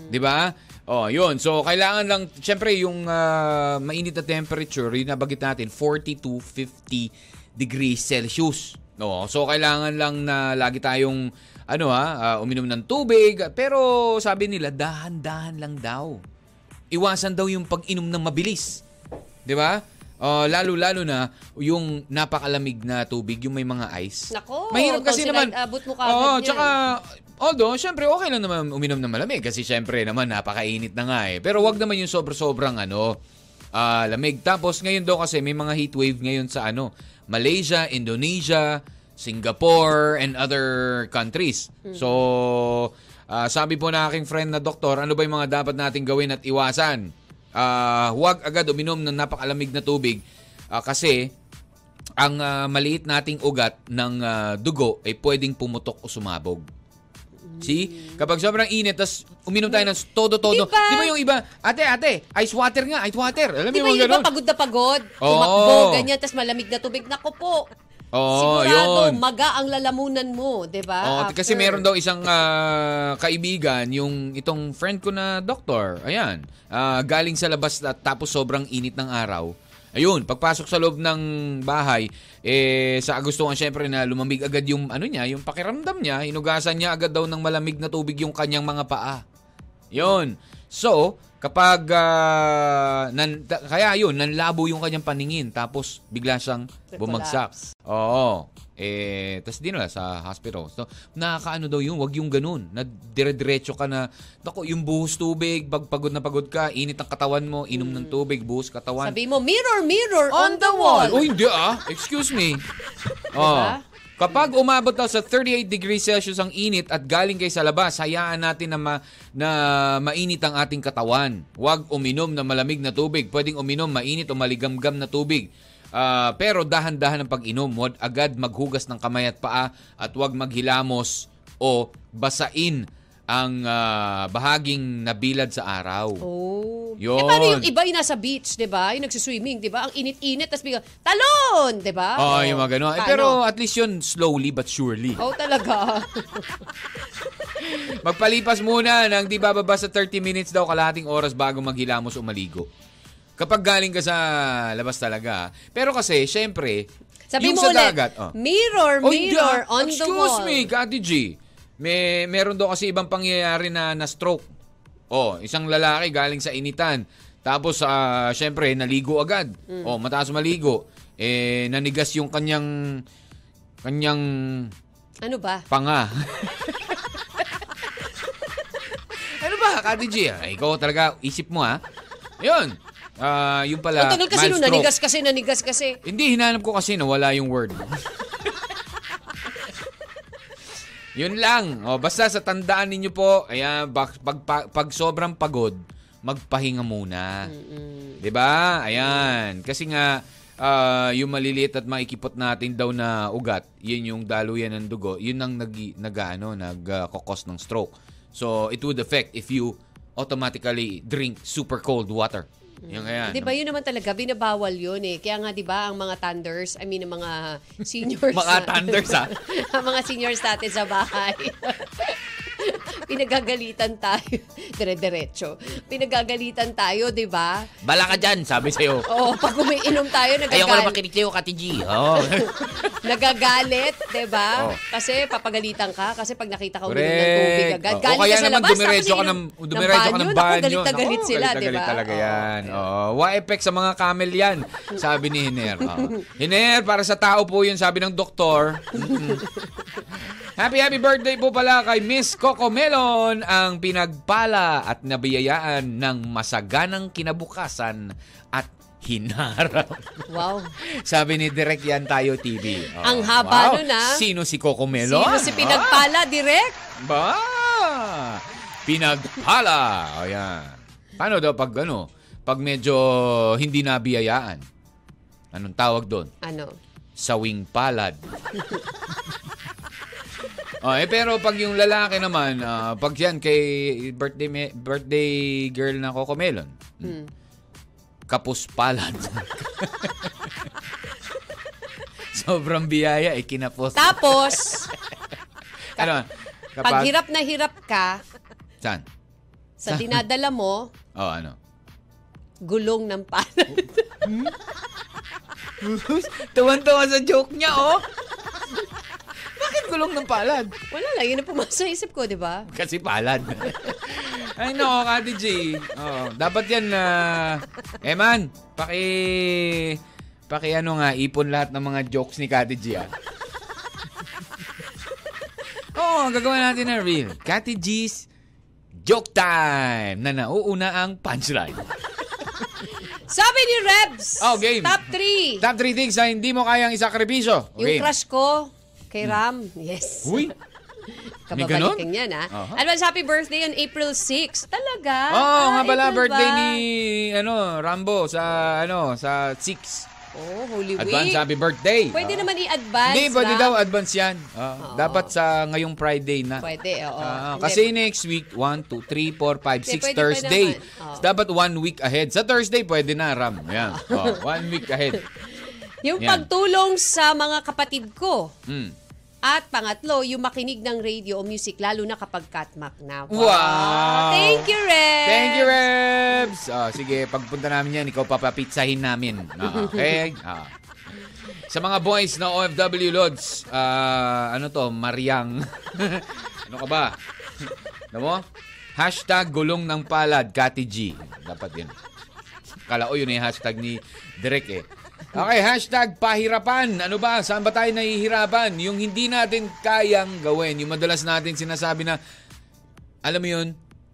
Speaker 2: Di ba? Oh, yun. So, kailangan lang, syempre, yung ah, mainit na temperature, yun nabagit natin, 40 to 50 degrees Celsius. No, so kailangan lang na lagi tayong ano ha, ah, uminom ng tubig, pero sabi nila dahan-dahan lang daw. Iwasan daw yung pag-inom ng mabilis. 'Di ba? Ah, lalo-lalo na yung napakalamig na tubig, yung may mga ice.
Speaker 3: Nako,
Speaker 2: Mahirap
Speaker 3: ikaw
Speaker 2: kasi
Speaker 3: sila,
Speaker 2: naman.
Speaker 3: abot mo kagad
Speaker 2: Oo,
Speaker 3: yan.
Speaker 2: tsaka Ah, although, syempre, okay lang naman uminom ng malamig kasi syempre naman napakainit na nga eh. Pero wag naman yung sobra-sobrang ano, ah, lamig. Tapos ngayon daw kasi may mga heat wave ngayon sa ano, Malaysia, Indonesia, Singapore, and other countries. So, ah, sabi po na aking friend na doktor, ano ba yung mga dapat nating gawin at iwasan? Ah, huwag agad uminom ng napakalamig na tubig ah, kasi ang ah, maliit nating ugat ng ah, dugo ay pwedeng pumutok o sumabog. See?
Speaker 3: Hmm.
Speaker 2: Kapag sobrang init, tas uminom tayo ng todo-todo.
Speaker 3: Di ba?
Speaker 2: Di ba yung iba, ate, ate, ice water nga, ice water. Alam
Speaker 3: Di
Speaker 2: mo
Speaker 3: ba
Speaker 2: yung
Speaker 3: yung iba
Speaker 2: ganun?
Speaker 3: pagod na pagod?
Speaker 2: Oo.
Speaker 3: Tumakbo, ganyan, tas malamig na tubig. Nako po.
Speaker 2: Oo,
Speaker 3: Sigurado,
Speaker 2: yun.
Speaker 3: maga ang lalamunan mo,
Speaker 2: Oh,
Speaker 3: di ba? After.
Speaker 2: kasi meron daw isang ah, kaibigan, yung itong friend ko na doktor, ayan, ah, galing sa labas at tapos sobrang init ng araw. Ayun, pagpasok sa loob ng bahay, eh, sa agustuhan syempre na lumamig agad yung, ano niya, yung pakiramdam niya, hinugasan niya agad daw ng malamig na tubig yung kanyang mga paa. Yun. So, kapag ah, nan, ta- kaya yun, nanlabo yung kanyang paningin tapos bigla siyang bumagsak. Oo. Eh, tapos din wala sa hospital. So, nakakaano daw yun, wag yung ganun. Na dire-diretso ka na, nako, yung buhos tubig, pag pagod na pagod ka, init ang katawan mo, inom ng tubig, buhos katawan.
Speaker 3: Sabi mo, mirror, mirror on, the wall. Diba?
Speaker 2: Oh, hindi ah. Excuse me. Oh. Kapag umabot daw sa 38 degrees Celsius ang init at galing kay sa labas, hayaan natin na, ma- na mainit ang ating katawan. Huwag uminom na malamig na tubig. Pwedeng uminom mainit o maligamgam na tubig. Ah, pero dahan-dahan ang pag-inom. Huwag agad maghugas ng kamay at paa at huwag maghilamos o basain ang ah, bahaging nabilad sa araw.
Speaker 3: Oh.
Speaker 2: Yun.
Speaker 3: Eh, paano yung iba yung nasa beach, di ba? Yung nagsuswimming, di ba? Ang init-init, tapos bigla, talon, di ba?
Speaker 2: Oo,
Speaker 3: Oh,
Speaker 2: yung mga ganun. Eh,
Speaker 3: paano?
Speaker 2: pero at least yun, slowly but surely.
Speaker 3: Oh, talaga.
Speaker 2: Magpalipas muna ng di bababa sa 30 minutes daw kalating oras bago maghilamos o maligo. Kapag galing ka sa labas talaga. Pero kasi, syempre,
Speaker 3: Sabi
Speaker 2: yung
Speaker 3: mo
Speaker 2: sa
Speaker 3: ulit,
Speaker 2: dagat. oh.
Speaker 3: mirror,
Speaker 2: Oh, hindi,
Speaker 3: mirror
Speaker 2: ah,
Speaker 3: on the wall.
Speaker 2: Excuse me, Kati G. May, meron daw kasi ibang pangyayari na na-stroke. Oh, isang lalaki galing sa initan. Tapos, ah, syempre, naligo agad.
Speaker 3: Mm.
Speaker 2: Oh, mataas maligo. Eh, nanigas yung kanyang kanyang
Speaker 3: Ano ba?
Speaker 2: panga. ano ba, Kati G? Ah, Ikaw talaga, isip mo ha. Yun. Ah, yung pala,
Speaker 3: Ang tanong kasi
Speaker 2: mild
Speaker 3: nung
Speaker 2: stroke.
Speaker 3: nanigas kasi, nanigas kasi.
Speaker 2: Hindi, hinanap ko kasi na wala yung word. Yun lang. O, basta sa tandaan ninyo po, ayan, bak- pag, pag, pag sobrang pagod, magpahinga muna. 'Di ba? Ayan. Kasi nga ah, yung maliliit at maikipot natin daw na ugat, yun yung daluyan ng dugo, yun ang nag nagaano nagkokos ng stroke. So it would affect if you automatically drink super cold water. Yung ayan.
Speaker 3: Di ba yun naman talaga, binabawal yun eh. Kaya nga di ba ang mga thunders, I mean ang mga seniors.
Speaker 2: Mga
Speaker 3: na-
Speaker 2: thunders, ah.
Speaker 3: ang mga seniors natin sa bahay. Pinagagalitan tayo. Dire-diretso. Pinagagalitan tayo, di ba?
Speaker 2: Bala ka dyan, sabi sa'yo.
Speaker 3: Oo, pag umiinom tayo,
Speaker 2: Ayoko na
Speaker 3: nagagal-
Speaker 2: makinig sa'yo, Kati G. Oh.
Speaker 3: nagagalit, di ba?
Speaker 2: Oo.
Speaker 3: Kasi papagalitan ka kasi pag nakita ka umiinom ng tubig
Speaker 2: Correct.
Speaker 3: agad.
Speaker 2: Oo,
Speaker 3: Galing
Speaker 2: kaya
Speaker 3: ka sa
Speaker 2: naman
Speaker 3: labas,
Speaker 2: dumiretso
Speaker 3: tapos
Speaker 2: ka ng,
Speaker 3: iinom
Speaker 2: dumiretso ka ng banyo.
Speaker 3: Naku, galit na
Speaker 2: Naku,
Speaker 3: galit sila, di ba?
Speaker 2: Galit talaga
Speaker 3: Oo.
Speaker 2: yan. Oh, what effect sa mga camel yan? Sabi ni Hiner. Oo. Hiner, para sa tao po yun, sabi ng doktor. Mm-mm. happy, happy birthday po pala kay Miss Coco Melon, ang pinagpala at nabiyayaan ng masaganang kinabukasan at hinarap.
Speaker 3: Wow.
Speaker 2: Sabi ni Direk yan tayo TV. Oh,
Speaker 3: Ang haba
Speaker 2: wow.
Speaker 3: nun, ah.
Speaker 2: Sino si Coco Melon? Ah,
Speaker 3: Sino si Pinagpala, direct?
Speaker 2: Ba? Pinagpala. O yan. Paano daw pag ano? Pag medyo hindi nabiyayaan. Anong tawag doon?
Speaker 3: Ano?
Speaker 2: Sawing palad. oh, eh, pero pag yung lalaki naman, ah, pag yan kay birthday, me- birthday girl na Coco Melon,
Speaker 3: Hmm.
Speaker 2: kapus palad. Sobrang biyaya, eh, kinapos.
Speaker 3: Tapos,
Speaker 2: Ano?
Speaker 3: pag hirap na hirap ka,
Speaker 2: Saan?
Speaker 3: sa dinadala mo,
Speaker 2: Oh, ano?
Speaker 3: gulong ng palad.
Speaker 2: Tuwan-tuwa sa joke niya, oh. Bakit gulong ng palad?
Speaker 3: Wala lang, yun ang pumasok sa isip ko, di ba?
Speaker 2: Kasi palad. Ay, no, Kati G. Oo, dapat yan na... eh, man, paki... Paki ano nga, ipon lahat ng mga jokes ni Kati G, ah. Oo, gagawa natin ng reel. Kati G's Joke Time na nauuna ang punchline.
Speaker 3: Sabi ni Rebs,
Speaker 2: Oh, game.
Speaker 3: top 3.
Speaker 2: Top 3 things na hindi mo kayang isakripisyo.
Speaker 3: Yung crush ko, kay Ram, yes.
Speaker 2: Uy! May ganon?
Speaker 3: Kababalik yan, ha?
Speaker 2: Aha.
Speaker 3: Advance happy birthday on April 6. Talaga?
Speaker 2: Oo, oh,
Speaker 3: Ah,
Speaker 2: nga pala
Speaker 3: April
Speaker 2: birthday
Speaker 3: ba?
Speaker 2: ni ano, Rambo sa ano, sa 6.
Speaker 3: Oh, Holy
Speaker 2: Advance
Speaker 3: Week.
Speaker 2: happy birthday.
Speaker 3: Pwede
Speaker 2: Oo.
Speaker 3: naman i-advance,
Speaker 2: Hindi, pwede
Speaker 3: Ram.
Speaker 2: daw advance 'yan. Oo. Dapat sa ngayong Friday na.
Speaker 3: Pwede, oo.
Speaker 2: Ah,
Speaker 3: Hindi.
Speaker 2: kasi next week 1 2 3 4 5
Speaker 3: Hindi, pwede
Speaker 2: 6
Speaker 3: pa
Speaker 2: Thursday.
Speaker 3: naman. Oo.
Speaker 2: So, Dapat one week ahead. Sa Thursday pwede na Ram. Yan. Oo, one week ahead.
Speaker 3: Yung
Speaker 2: Yan.
Speaker 3: pagtulong sa mga kapatid ko.
Speaker 2: Mm.
Speaker 3: At pangatlo, yung makinig ng radio o music, lalo na kapag katmak na.
Speaker 2: Wow!
Speaker 3: Thank you, Red!
Speaker 2: Thank you, Rebs! Ah, sige, pagpunta namin yan, ikaw papapitsahin namin. Ah, okay? Ah. Sa mga boys na OFW Lods, ah, ano to, Mariang. ano ka ba? Alam mo? Hashtag gulong ng palad, Kati G. Dapat yun. Kala ko yun eh, hashtag ni Direk eh. Okay, hashtag pahirapan. Ano ba? Saan ba tayo nahihirapan? Yung hindi natin kayang gawin. Yung madalas natin sinasabi na, alam mo yun,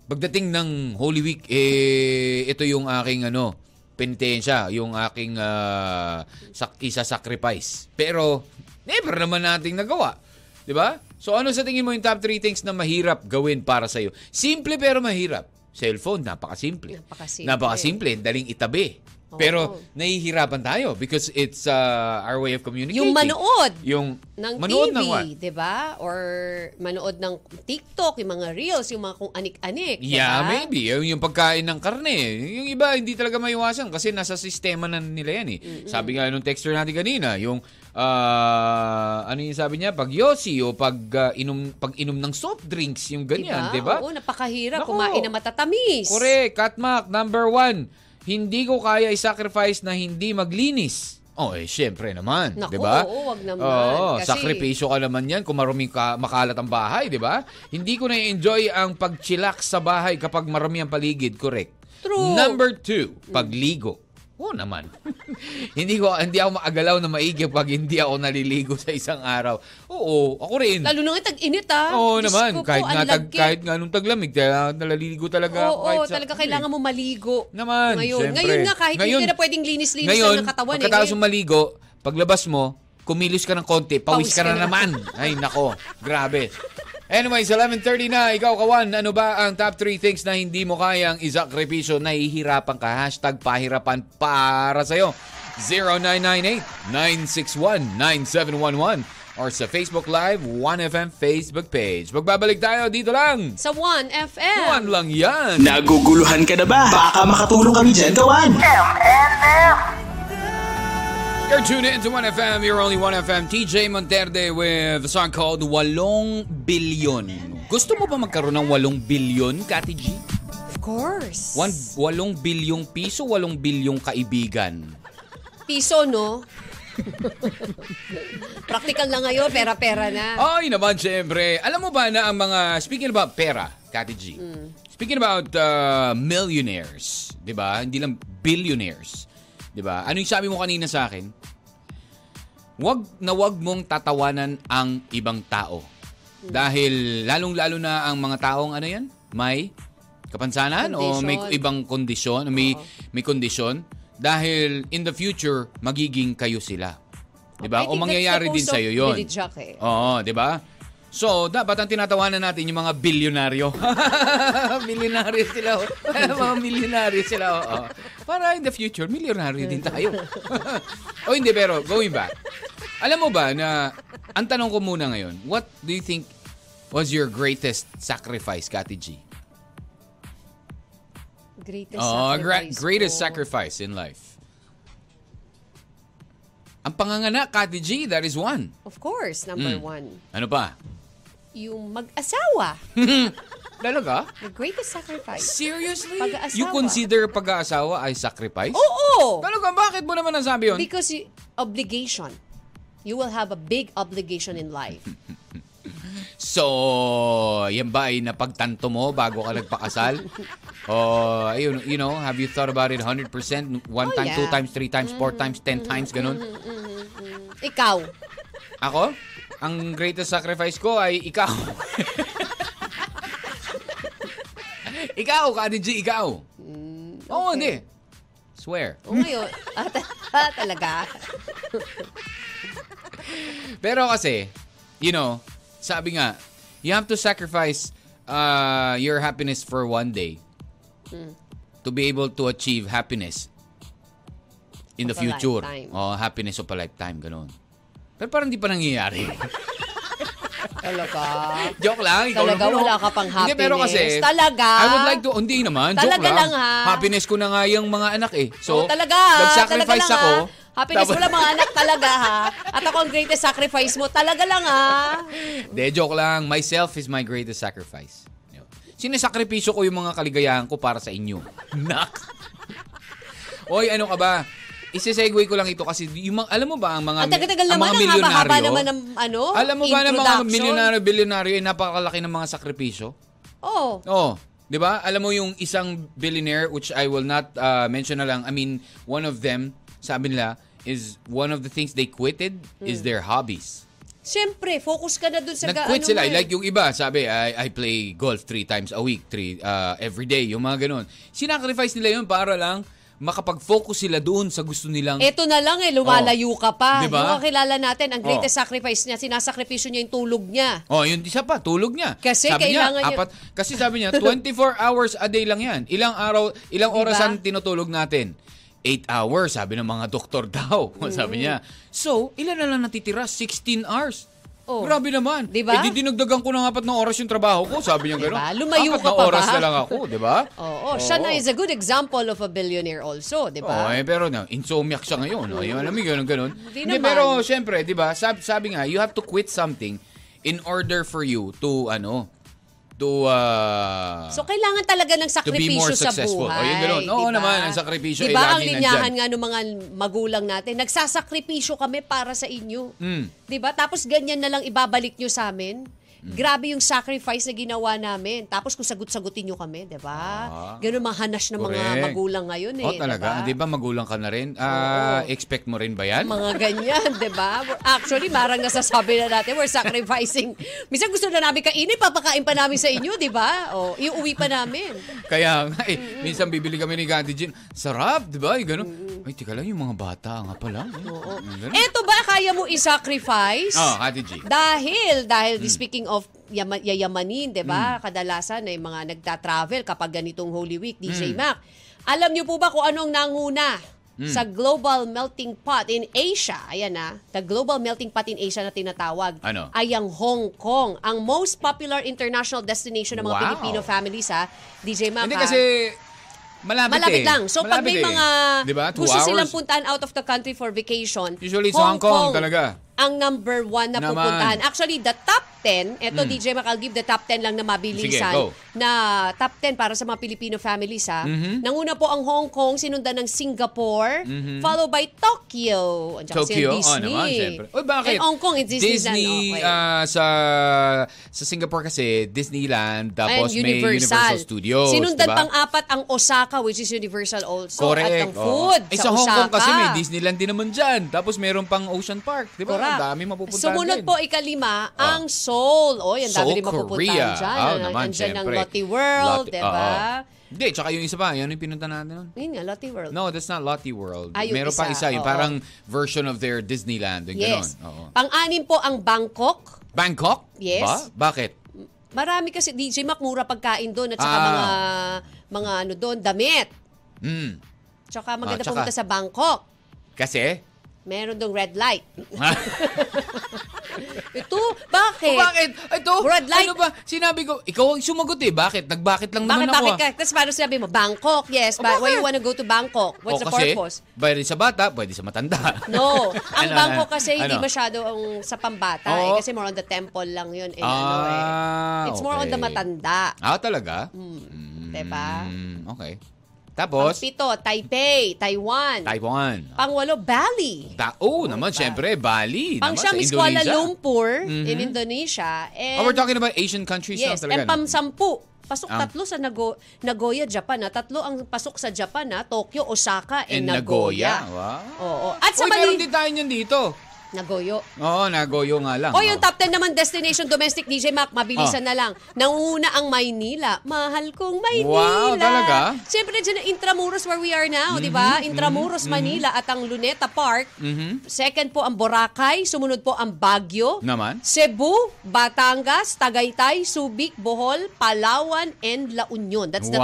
Speaker 2: pagdating ng Holy Week, eh, ito yung aking ano, penitensya, yung aking ah, sak- isa-sacrifice. Pero, never naman nating nagawa. Di ba? So ano sa tingin mo yung top 3 things na mahirap gawin para sa'yo? Simple pero mahirap. Cellphone, napakasimple.
Speaker 3: Napakasimple.
Speaker 2: Napakasimple, daling itabi.
Speaker 3: Oo.
Speaker 2: Pero nahihirapan tayo because it's ah, our way of communicating.
Speaker 3: Yung manood.
Speaker 2: Yung
Speaker 3: ng
Speaker 2: manood
Speaker 3: TV,
Speaker 2: ng what?
Speaker 3: 'di ba? Or manood ng TikTok, yung mga reels, yung mga kung anik-anik, diba? 'di
Speaker 2: Yeah,
Speaker 3: ba?
Speaker 2: maybe. Yung, yung pagkain ng karne. Yung iba, hindi talaga maiwasan kasi nasa sistema na nila yan eh. Sabi nga nung texter natin kanina, yung, ah, ano yung sabi niya? Pag yosi o pag, ah, inom, pag inom ng soft drinks, yung ganyan, di ba?
Speaker 3: Diba? Oo, napakahirap
Speaker 2: Nako.
Speaker 3: kumain na matatamis.
Speaker 2: diba? Correct. Katmak, number one, hindi ko kaya i-sacrifice na hindi maglinis. Oh, eh, syempre naman. di
Speaker 3: Naku,
Speaker 2: ba?
Speaker 3: oo, wag naman.
Speaker 2: Oo,
Speaker 3: Kasi-
Speaker 2: sakripisyo ka naman yan kung marumi ka, makalat ang bahay, di ba? Hindi ko na-enjoy ang pag-chillax sa bahay kapag marumi ang paligid, correct.
Speaker 3: True.
Speaker 2: Number two, pagligo. Oo naman. hindi ko hindi ako maagalaw na maigi pag hindi ako naliligo sa isang araw. Oo, ako rin.
Speaker 3: Lalo na tag-init ah.
Speaker 2: Oo
Speaker 3: Diyos
Speaker 2: naman,
Speaker 3: ko po,
Speaker 2: kahit nga,
Speaker 3: ang
Speaker 2: tag,
Speaker 3: lagkit.
Speaker 2: kahit nga nung taglamig, kaya nalaliligo talaga. ako
Speaker 3: Oo,
Speaker 2: kahit
Speaker 3: oo
Speaker 2: sa- eh.
Speaker 3: talaga kailangan mo maligo.
Speaker 2: Naman,
Speaker 3: Ngayon,
Speaker 2: syempre.
Speaker 3: ngayon nga kahit
Speaker 2: Ngayon-
Speaker 3: hindi ka na pwedeng linis-linis
Speaker 2: Ngayon,
Speaker 3: lang ng katawan eh.
Speaker 2: pagkatapos mong maligo, paglabas mo, kumilos ka ng konti, pawis,
Speaker 3: Pawis
Speaker 2: ka,
Speaker 3: ka
Speaker 2: na,
Speaker 3: na.
Speaker 2: naman. Ay, nako. Grabe. Anyway, sa 11.30 na, ikaw, Kawan, ano ba ang top 3 things na hindi mo kayang isakripisyo? Nahihirapan ka. Hashtag pahirapan para sa'yo. 0998-961-9711 or sa Facebook Live 1FM Facebook page. Magbabalik tayo dito lang.
Speaker 3: Sa 1FM.
Speaker 2: One lang yan.
Speaker 1: Naguguluhan ka na ba? Baka makatulong kami dyan, gawan!
Speaker 2: You're tuned in to 1FM, your only 1FM, TJ Monterde with a song called Walong Bilyon. Gusto mo ba magkaroon ng walong bilyon, Kati G?
Speaker 3: Of course.
Speaker 2: One, walong bilyong piso, walong bilyong kaibigan.
Speaker 3: Piso, no? Practical na ngayon, pera-pera na.
Speaker 2: Ay naman, syempre. Alam mo ba na ang mga, speaking about pera, Kati G,
Speaker 3: Mm.
Speaker 2: speaking about uh, millionaires, di ba? Hindi lang billionaires, di ba? Ano yung sabi mo kanina sa akin? Wag na wag mong tatawanan ang ibang tao.
Speaker 3: Mm.
Speaker 2: Dahil lalong-lalo na ang mga taong ano yan? May kapansanan o may
Speaker 3: Kondisyon.
Speaker 2: ibang kondisyon, may may kondisyon, Dahil in the future, magiging kayo sila. 'Di
Speaker 3: I
Speaker 2: ba? diba? O
Speaker 3: think
Speaker 2: mangyayari din Oh.
Speaker 3: that's the cause
Speaker 2: sa iyo
Speaker 3: of
Speaker 2: 'yon.
Speaker 3: Binijack eh.
Speaker 2: Oo, 'di ba? So, dapat ang tinatawanan natin yung mga bilyonaryo. milyonaryo sila. oh. mga milyonaryo sila. oo. Para in the future, milyonaryo din tayo. o hindi, pero going back. Alam mo ba na, ang tanong ko muna ngayon, what do you think was your greatest sacrifice, Kati G?
Speaker 3: Greatest
Speaker 2: Oh,
Speaker 3: sacrifice.
Speaker 2: gra- greatest
Speaker 3: ko.
Speaker 2: sacrifice in life. Ang panganganak, Kati G, that is one.
Speaker 3: Of course, number
Speaker 2: Mm.
Speaker 3: one.
Speaker 2: Ano pa?
Speaker 3: Yung mag-asawa.
Speaker 2: Talaga?
Speaker 3: The greatest sacrifice.
Speaker 2: Seriously?
Speaker 3: Pag-aasawa.
Speaker 2: You consider pag-aasawa ay sacrifice?
Speaker 3: Oo!
Speaker 2: Talaga, bakit mo naman nasabi yun?
Speaker 3: Because you, obligation. You will have a big obligation in life.
Speaker 2: So, yan ba ay napagtanto mo bago ka nagpakasal? o, ayun, you know, have you thought about it 100%? One
Speaker 3: Oh,
Speaker 2: time,
Speaker 3: yeah. Mm. Mm-hmm.
Speaker 2: two times, three times, four times, ten times, ganun?
Speaker 3: Ikaw.
Speaker 2: Ako? Ang greatest sacrifice ko ay ikaw. ikaw, Kadi G, ikaw.
Speaker 3: Mm,
Speaker 2: Oo, hindi. Swear.
Speaker 3: O ngayon, ah, ta- ah, talaga.
Speaker 2: Pero kasi, you know, sabi nga, you have to sacrifice uh, your happiness for one day
Speaker 3: Hmm.
Speaker 2: to be able to achieve happiness in the
Speaker 3: Of a
Speaker 2: future.
Speaker 3: lifetime.
Speaker 2: Oh, happiness of a lifetime, ganun. Pero parang di pa nangyayari.
Speaker 3: Talaga.
Speaker 2: joke lang. Ikaw
Speaker 3: Talaga,
Speaker 2: naman, oh.
Speaker 3: wala ka pang
Speaker 2: Hindi, pero kasi,
Speaker 3: happiness. Talaga?
Speaker 2: I would like to, oh, hindi naman, joke
Speaker 3: Talaga
Speaker 2: lang.
Speaker 3: lang, ha?
Speaker 2: Happiness ko na nga yung mga anak eh. So,
Speaker 3: So, talaga. ha?
Speaker 2: nag-sacrifice
Speaker 3: talaga
Speaker 2: ako.
Speaker 3: lang, ha? Happiness
Speaker 2: Tapos-
Speaker 3: mo lang mga anak talaga ha. At ako ang greatest sacrifice mo. Talaga lang ha.
Speaker 2: De, joke lang. Myself is my greatest sacrifice. Yun. Sinesakripisyo ko yung mga kaligayahan ko para sa inyo. Nak! Oy, ano ka ba? Isisegue ko lang ito kasi yung mga, alam mo ba ang mga
Speaker 3: Ang tagal-tagal
Speaker 2: ang
Speaker 3: naman,
Speaker 2: mga
Speaker 3: ang
Speaker 2: milyonaryo?
Speaker 3: haba-haba naman ng ano,
Speaker 2: Alam mo ba na mga
Speaker 3: introduction?
Speaker 2: milyonaryo, bilyonaryo ay napakalaki ng mga sakripisyo?
Speaker 3: Oh.
Speaker 2: Oh, 'di ba? Alam mo yung isang billionaire which I will not uh, mention na lang. I mean, one of them, sabi nila, is one of the things they quitted
Speaker 3: Hmm.
Speaker 2: is their hobbies.
Speaker 3: Siyempre, focus ka na dun sa ga-
Speaker 2: Nag-quit
Speaker 3: ano
Speaker 2: sila.
Speaker 3: mo eh.
Speaker 2: Like yung iba, sabi, I, I play golf three times a week, three, uh, every day, yung mga ganun. Sinacrifice nila yun para lang makapag-focus sila doon sa gusto nilang...
Speaker 3: Eto na lang eh, lumalayo ka pa.
Speaker 2: Diba?
Speaker 3: Yung kakilala natin, ang greatest
Speaker 2: Oh.
Speaker 3: sacrifice niya, sinasakripisyo niya yung tulog niya.
Speaker 2: Oh, yun isa pa, tulog niya.
Speaker 3: Kasi
Speaker 2: sabi niya,
Speaker 3: kailangan yun-
Speaker 2: apat, kasi sabi niya, 24 hours a day lang yan. Ilang araw, ilang
Speaker 3: Diba?
Speaker 2: oras ang tinutulog natin? 8 hours, sabi ng mga doktor daw.
Speaker 3: Mm.
Speaker 2: Sabi niya. So, ilan na lang natitira? 16 hours.
Speaker 3: Oh.
Speaker 2: Grabe naman.
Speaker 3: Diba?
Speaker 2: Eh, di dinagdagan ko ng apat na oras yung trabaho ko. Sabi niya gano'n.
Speaker 3: Diba? Lumayo
Speaker 2: apat
Speaker 3: ka
Speaker 2: na
Speaker 3: pa
Speaker 2: oras
Speaker 3: ba?
Speaker 2: na lang ako, diba? di ba?
Speaker 3: Oo, siya
Speaker 2: Oo.
Speaker 3: na is a good example of a billionaire also, diba? di
Speaker 2: Oo,
Speaker 3: ba?
Speaker 2: eh, pero na, insomniac siya ngayon. No? Yung alam mo, ganun, ganun.
Speaker 3: Hindi naman.
Speaker 2: pero syempre, di ba, sab- sabi nga, you have to quit something in order for you to, ano, to, uh,
Speaker 3: So, kailangan talaga ng
Speaker 2: To be more
Speaker 3: sakripisyo sa
Speaker 2: successful. O,
Speaker 3: buhay.
Speaker 2: yun ganun. Oo
Speaker 3: diba?
Speaker 2: naman, ang sakripisyo ay
Speaker 3: diba,
Speaker 2: laging
Speaker 3: ang linyahan
Speaker 2: nandyan.
Speaker 3: nga ng mga magulang natin, nagsasakripisyo kami para sa inyo.
Speaker 2: Mm.
Speaker 3: Diba? Tapos ganyan na lang ibabalik nyo sa amin.
Speaker 2: Hmm.
Speaker 3: Grabe yung sacrifice na ginawa namin. Tapos kung sagot-sagutin nyo kami, di ba?
Speaker 2: Ah.
Speaker 3: Ganun mga hanas ng mga
Speaker 2: Correct.
Speaker 3: magulang ngayon eh.
Speaker 2: oh, talaga, di
Speaker 3: diba?
Speaker 2: ba, magulang ka na rin? Ah,
Speaker 3: Oo.
Speaker 2: expect mo rin ba yan?
Speaker 3: Mga ganyan, di ba? We're- Actually, marang nasasabi na natin, we're sacrificing. Minsan gusto na namin kainin, papakain pa namin sa inyo, di ba? O, iuwi pa namin.
Speaker 2: Kaya nga eh, minsan bibili kami ni Gandhi Jim. Sarap, di ba? Yung ganun. Ay, tika lang, yung mga bata nga pala. eh. Oo.
Speaker 3: Eto ba, kaya mo i-sacrifice?
Speaker 2: Oh, Hmm. Ate G.
Speaker 3: Dahil, dahil speaking of yama, yayamanin, di ba?
Speaker 2: Hmm.
Speaker 3: Kadalasan ay mga nagta-travel kapag ganitong Holy Week, DJ
Speaker 2: Hmm.
Speaker 3: Mac. Alam niyo po ba kung anong nanguna sa global melting pot in Asia? Ayan na, the global melting pot in Asia na tinatawag
Speaker 2: Ano?
Speaker 3: ay ang Hong Kong, ang most popular international destination ng mga
Speaker 2: Wow.
Speaker 3: Filipino families ha, DJ Mac. ah.
Speaker 2: Hindi
Speaker 3: ha?
Speaker 2: kasi, malapit,
Speaker 3: Malapit
Speaker 2: eh.
Speaker 3: lang. So pag
Speaker 2: Malapit eh.
Speaker 3: may mga
Speaker 2: Di ba? Two
Speaker 3: gusto silang
Speaker 2: hours.
Speaker 3: puntahan out of the country for vacation,
Speaker 2: Usually it's Hong Kong talaga.
Speaker 3: Ang number one na
Speaker 2: Naman. Hmm.
Speaker 3: pupuntahan. Actually, the top 10, eto DJ Mac, I'll give the top 10 lang na mabilisan.
Speaker 2: Sige, go.
Speaker 3: na top 10 para sa mga Filipino families ha.
Speaker 2: Mm-hmm.
Speaker 3: Nanguna po ang Hong Kong, sinundan ng Singapore, followed by Tokyo. Andiyan kasi
Speaker 2: Tokyo,
Speaker 3: ang
Speaker 2: oh
Speaker 3: Disney.
Speaker 2: naman, syempre. Uy, bakit?
Speaker 3: And Hong Kong, it's Disneyland.
Speaker 2: Disney,
Speaker 3: Okay.
Speaker 2: ah, sa, sa Singapore kasi, Disneyland, tapos
Speaker 3: Ayan,
Speaker 2: may Universal Studios.
Speaker 3: Sinundan
Speaker 2: diba?
Speaker 3: pang-apat ang Osaka, which is Universal also.
Speaker 2: Correct.
Speaker 3: At ang
Speaker 2: oo.
Speaker 3: food
Speaker 2: Eh,
Speaker 3: sa,
Speaker 2: Hong
Speaker 3: Osaka.
Speaker 2: Kong kasi may Disneyland din naman dyan. Tapos meron pang Ocean Park. Di ba?
Speaker 3: Correct.
Speaker 2: Ang dami mapupuntahan
Speaker 3: Sumunod
Speaker 2: din. Oh.
Speaker 3: po, ikalima, ang Seoul. O, yan, dami
Speaker 2: Seoul,
Speaker 3: rin mapupuntahan
Speaker 2: Korea.
Speaker 3: dyan.
Speaker 2: Ah,
Speaker 3: Ano,
Speaker 2: naman,
Speaker 3: andyan ang
Speaker 2: syempre.
Speaker 3: Lotte World,
Speaker 2: Lotte,
Speaker 3: diba? di ba?
Speaker 2: Hindi, tsaka yung isa pa, yan yung pinunta natin nun.
Speaker 3: Ayun nga, Lottie World.
Speaker 2: No, that's not Lottie World.
Speaker 3: Ah, yung
Speaker 2: Meron pa isa,
Speaker 3: isa,
Speaker 2: yung
Speaker 3: oo.
Speaker 2: parang version of their Disneyland. Yung
Speaker 3: yes.
Speaker 2: ganun. Oo.
Speaker 3: Pang-anim po ang Bangkok.
Speaker 2: Bangkok?
Speaker 3: Yes.
Speaker 2: Ba? Bakit?
Speaker 3: Marami kasi DJ Mac mura pagkain doon at saka
Speaker 2: Ah.
Speaker 3: mga mga ano doon, damit.
Speaker 2: Mm.
Speaker 3: Tsaka maganda
Speaker 2: Ah, tsaka-
Speaker 3: pumunta sa Bangkok.
Speaker 2: Kasi?
Speaker 3: Meron dong red light. Ito, bakit?
Speaker 2: Bakit? Ito,
Speaker 3: Red light.
Speaker 2: ano ba? Sinabi ko, ikaw ang sumagot eh. Bakit? Nagbakit lang
Speaker 3: Bakit,
Speaker 2: naman ako.
Speaker 3: bakit
Speaker 2: ah.
Speaker 3: ka? Tapos paano sinabi mo, Bangkok, yes. but why you wanna go to Bangkok? What's
Speaker 2: O, Oh,
Speaker 3: the
Speaker 2: kasi,
Speaker 3: purpose?
Speaker 2: Pwede sa bata, pwede sa matanda.
Speaker 3: No. Ang
Speaker 2: Ano,
Speaker 3: Bangkok
Speaker 2: ano?
Speaker 3: kasi hindi
Speaker 2: Ano?
Speaker 3: masyado ang sa pambata.
Speaker 2: Oo.
Speaker 3: Eh, kasi more on the temple lang yun. Eh, ano, eh.
Speaker 2: Ah,
Speaker 3: It's more on
Speaker 2: okay.
Speaker 3: the matanda.
Speaker 2: Ah, talaga?
Speaker 3: Mm. Diba?
Speaker 2: Mm, okay.
Speaker 3: Pang
Speaker 2: Tapos,
Speaker 3: pito, Taipei, Taiwan.
Speaker 2: Taiwan.
Speaker 3: Pangwalo, Bali.
Speaker 2: Ta- oh, naman, syempre, Bali. naman,
Speaker 3: Pang siyam
Speaker 2: sa
Speaker 3: is
Speaker 2: Indonesia.
Speaker 3: Kuala
Speaker 2: Mm-hmm.
Speaker 3: Lumpur in Indonesia. And,
Speaker 2: Oh, we're talking about Asian countries
Speaker 3: yes,
Speaker 2: now talaga.
Speaker 3: and pang
Speaker 2: no?
Speaker 3: sampu. Pasok
Speaker 2: Ah.
Speaker 3: tatlo sa Nago- Nagoya, Japan. Ha? Tatlo ang pasok sa Japan. Ha? Tokyo, Osaka, and,
Speaker 2: And Nagoya. Wow.
Speaker 3: Oo. At
Speaker 2: Uy,
Speaker 3: sa
Speaker 2: meron
Speaker 3: Bali,
Speaker 2: din tayo niyan dito.
Speaker 3: Nagoyo.
Speaker 2: Oo, Nagoyo nga lang.
Speaker 3: O Oh,
Speaker 2: Oo.
Speaker 3: yung top 10 naman destination domestic DJ Mac, mabilisan
Speaker 2: Ah.
Speaker 3: na lang. Nanguna ang Maynila. Mahal kong Maynila.
Speaker 2: Wow, talaga? Mm-hmm,
Speaker 3: Siyempre dyan ang Intramuros where we are now, di ba? Intramuros, Manila at ang Luneta Park. Second po ang Boracay, sumunod po ang Baguio.
Speaker 2: Naman.
Speaker 3: Cebu, Batangas, Tagaytay, Subic, Bohol, Palawan, and La Union. That's the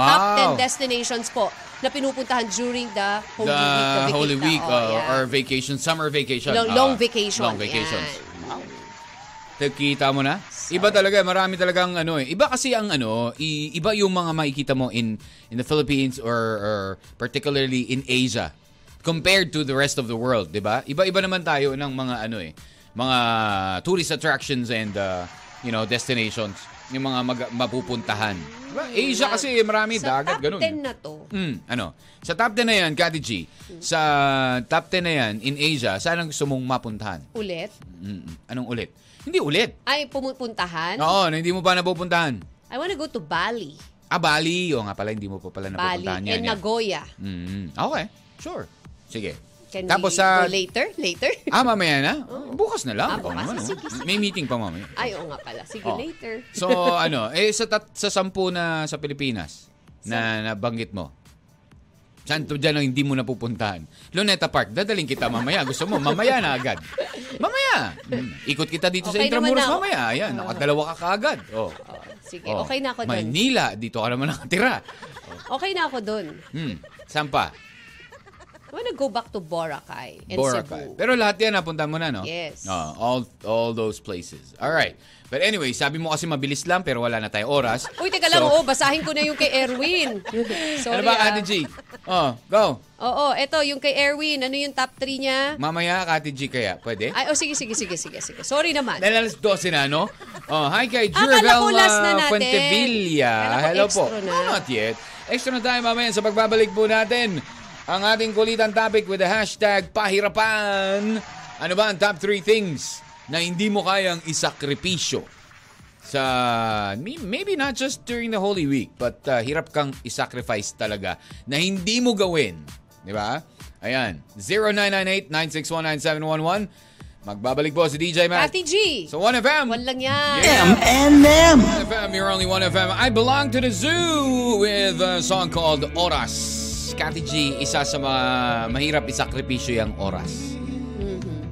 Speaker 2: Wow.
Speaker 3: top 10 destinations po na pinupuntahan during the
Speaker 2: the
Speaker 3: Holy Week. of
Speaker 2: Holy
Speaker 3: Vikita.
Speaker 2: Week
Speaker 3: Oh,
Speaker 2: uh,
Speaker 3: yeah.
Speaker 2: or vacation, summer vacation.
Speaker 3: Long-
Speaker 2: Ah,
Speaker 3: long vacation.
Speaker 2: Long vacations.
Speaker 3: Yan.
Speaker 2: Nakikita mo na? Iba talaga, marami talagang ano eh. Iba kasi ang ano, i- iba yung mga makikita mo in in the Philippines or, or particularly in Asia compared to the rest of the world, 'di ba? Iba-iba naman tayo ng mga ano eh, mga tourist attractions and uh, you know, destinations, yung mga mag- mapupuntahan. Diba? Asia kasi marami
Speaker 3: Hmm, Sa
Speaker 2: dagat
Speaker 3: top
Speaker 2: ganun.
Speaker 3: 10 na to,
Speaker 2: Mm, ano? Sa top 10 na yan, Kati G, sa top 10 na yan in Asia, saan ang gusto mong mapuntahan?
Speaker 3: ulit,
Speaker 2: Mm, anong ulit? Hindi ulit.
Speaker 3: ay pumupuntahan.
Speaker 2: Oo, na hindi mo pa napupuntahan.
Speaker 3: I wanna go to Bali.
Speaker 2: Ah, Bali. Oo nga pala, hindi mo pa pala
Speaker 3: Bali
Speaker 2: napupuntahan yan.
Speaker 3: and
Speaker 2: yan.
Speaker 3: Nagoya.
Speaker 2: Mm, okay, sure. Sige.
Speaker 3: Can
Speaker 2: Tapos
Speaker 3: we
Speaker 2: sa...
Speaker 3: go later? Later?
Speaker 2: Ah, mamaya na? Bukas na lang.
Speaker 3: Ah,
Speaker 2: Baka
Speaker 3: bukas.
Speaker 2: naman,
Speaker 3: Sige,
Speaker 2: oh. May meeting pa mamaya.
Speaker 3: Ay, oo nga pala. Sige,
Speaker 2: Oo.
Speaker 3: later.
Speaker 2: So, ano, eh, sa, tat, sa sampu na sa Pilipinas na nabanggit mo, saan to dyan ang hindi mo napupuntahan? Luneta Park, dadaling kita mamaya. Gusto mo, mamaya na agad. Mamaya! Mm, Ikot kita dito sa
Speaker 3: Okay naman
Speaker 2: Intramuros
Speaker 3: na.
Speaker 2: mamaya. Ayan, nakadalawa ka kaagad. Oh.
Speaker 3: Oo, sige,
Speaker 2: Oh.
Speaker 3: okay na ako doon.
Speaker 2: Maynila, dito ka naman nakatira.
Speaker 3: Okay na ako doon.
Speaker 2: Hmm, saan pa?
Speaker 3: I wanna go back to Boracay and
Speaker 2: Boracay.
Speaker 3: Cebu.
Speaker 2: Pero lahat yan, napunta mo na, no?
Speaker 3: Yes.
Speaker 2: Ah, all, all those places. All right. But anyway, sabi mo kasi mabilis lang pero wala na tayong oras.
Speaker 3: Uy, teka lang,
Speaker 2: So,
Speaker 3: oh, oo, basahin ko na yung kay Erwin.
Speaker 2: ano
Speaker 3: Sorry,
Speaker 2: ba,
Speaker 3: ah.
Speaker 2: Ate G? Oh, go.
Speaker 3: Oo, eto, yung kay Erwin. Ano yung top 3 niya?
Speaker 2: Mamaya, Kati G kaya. Pwede?
Speaker 3: Ay, oh, sige, sige, sige, sige, sige. Sorry naman.
Speaker 2: Dahil alas 12 na, no? Oh, hi kay
Speaker 3: Akala
Speaker 2: Jurvel
Speaker 3: ko last na
Speaker 2: uh,
Speaker 3: natin.
Speaker 2: Fuentevilla.
Speaker 3: Akala ko
Speaker 2: Hello po.
Speaker 3: extra na.
Speaker 2: No, not yet. Extra na tayo mamaya sa pagbabalik po natin. Ang ating kulitan topic with the hashtag pahirapan. Ano ba ang top 3 things na hindi mo kayang isakripisyo? sa may- maybe not just during the Holy Week, but uh, hirap kang isacrifice talaga na hindi mo gawin. Di ba? Ayan. 0998-961-9711. Magbabalik po si DJ Matt.
Speaker 3: Ate G,
Speaker 2: So 1FM.
Speaker 3: one lang yan.
Speaker 1: M and M.
Speaker 2: 1FM, you're only 1FM. I belong to the zoo with a song called Oras. Kati G, isa sa mga mahirap isakripisyo yung oras.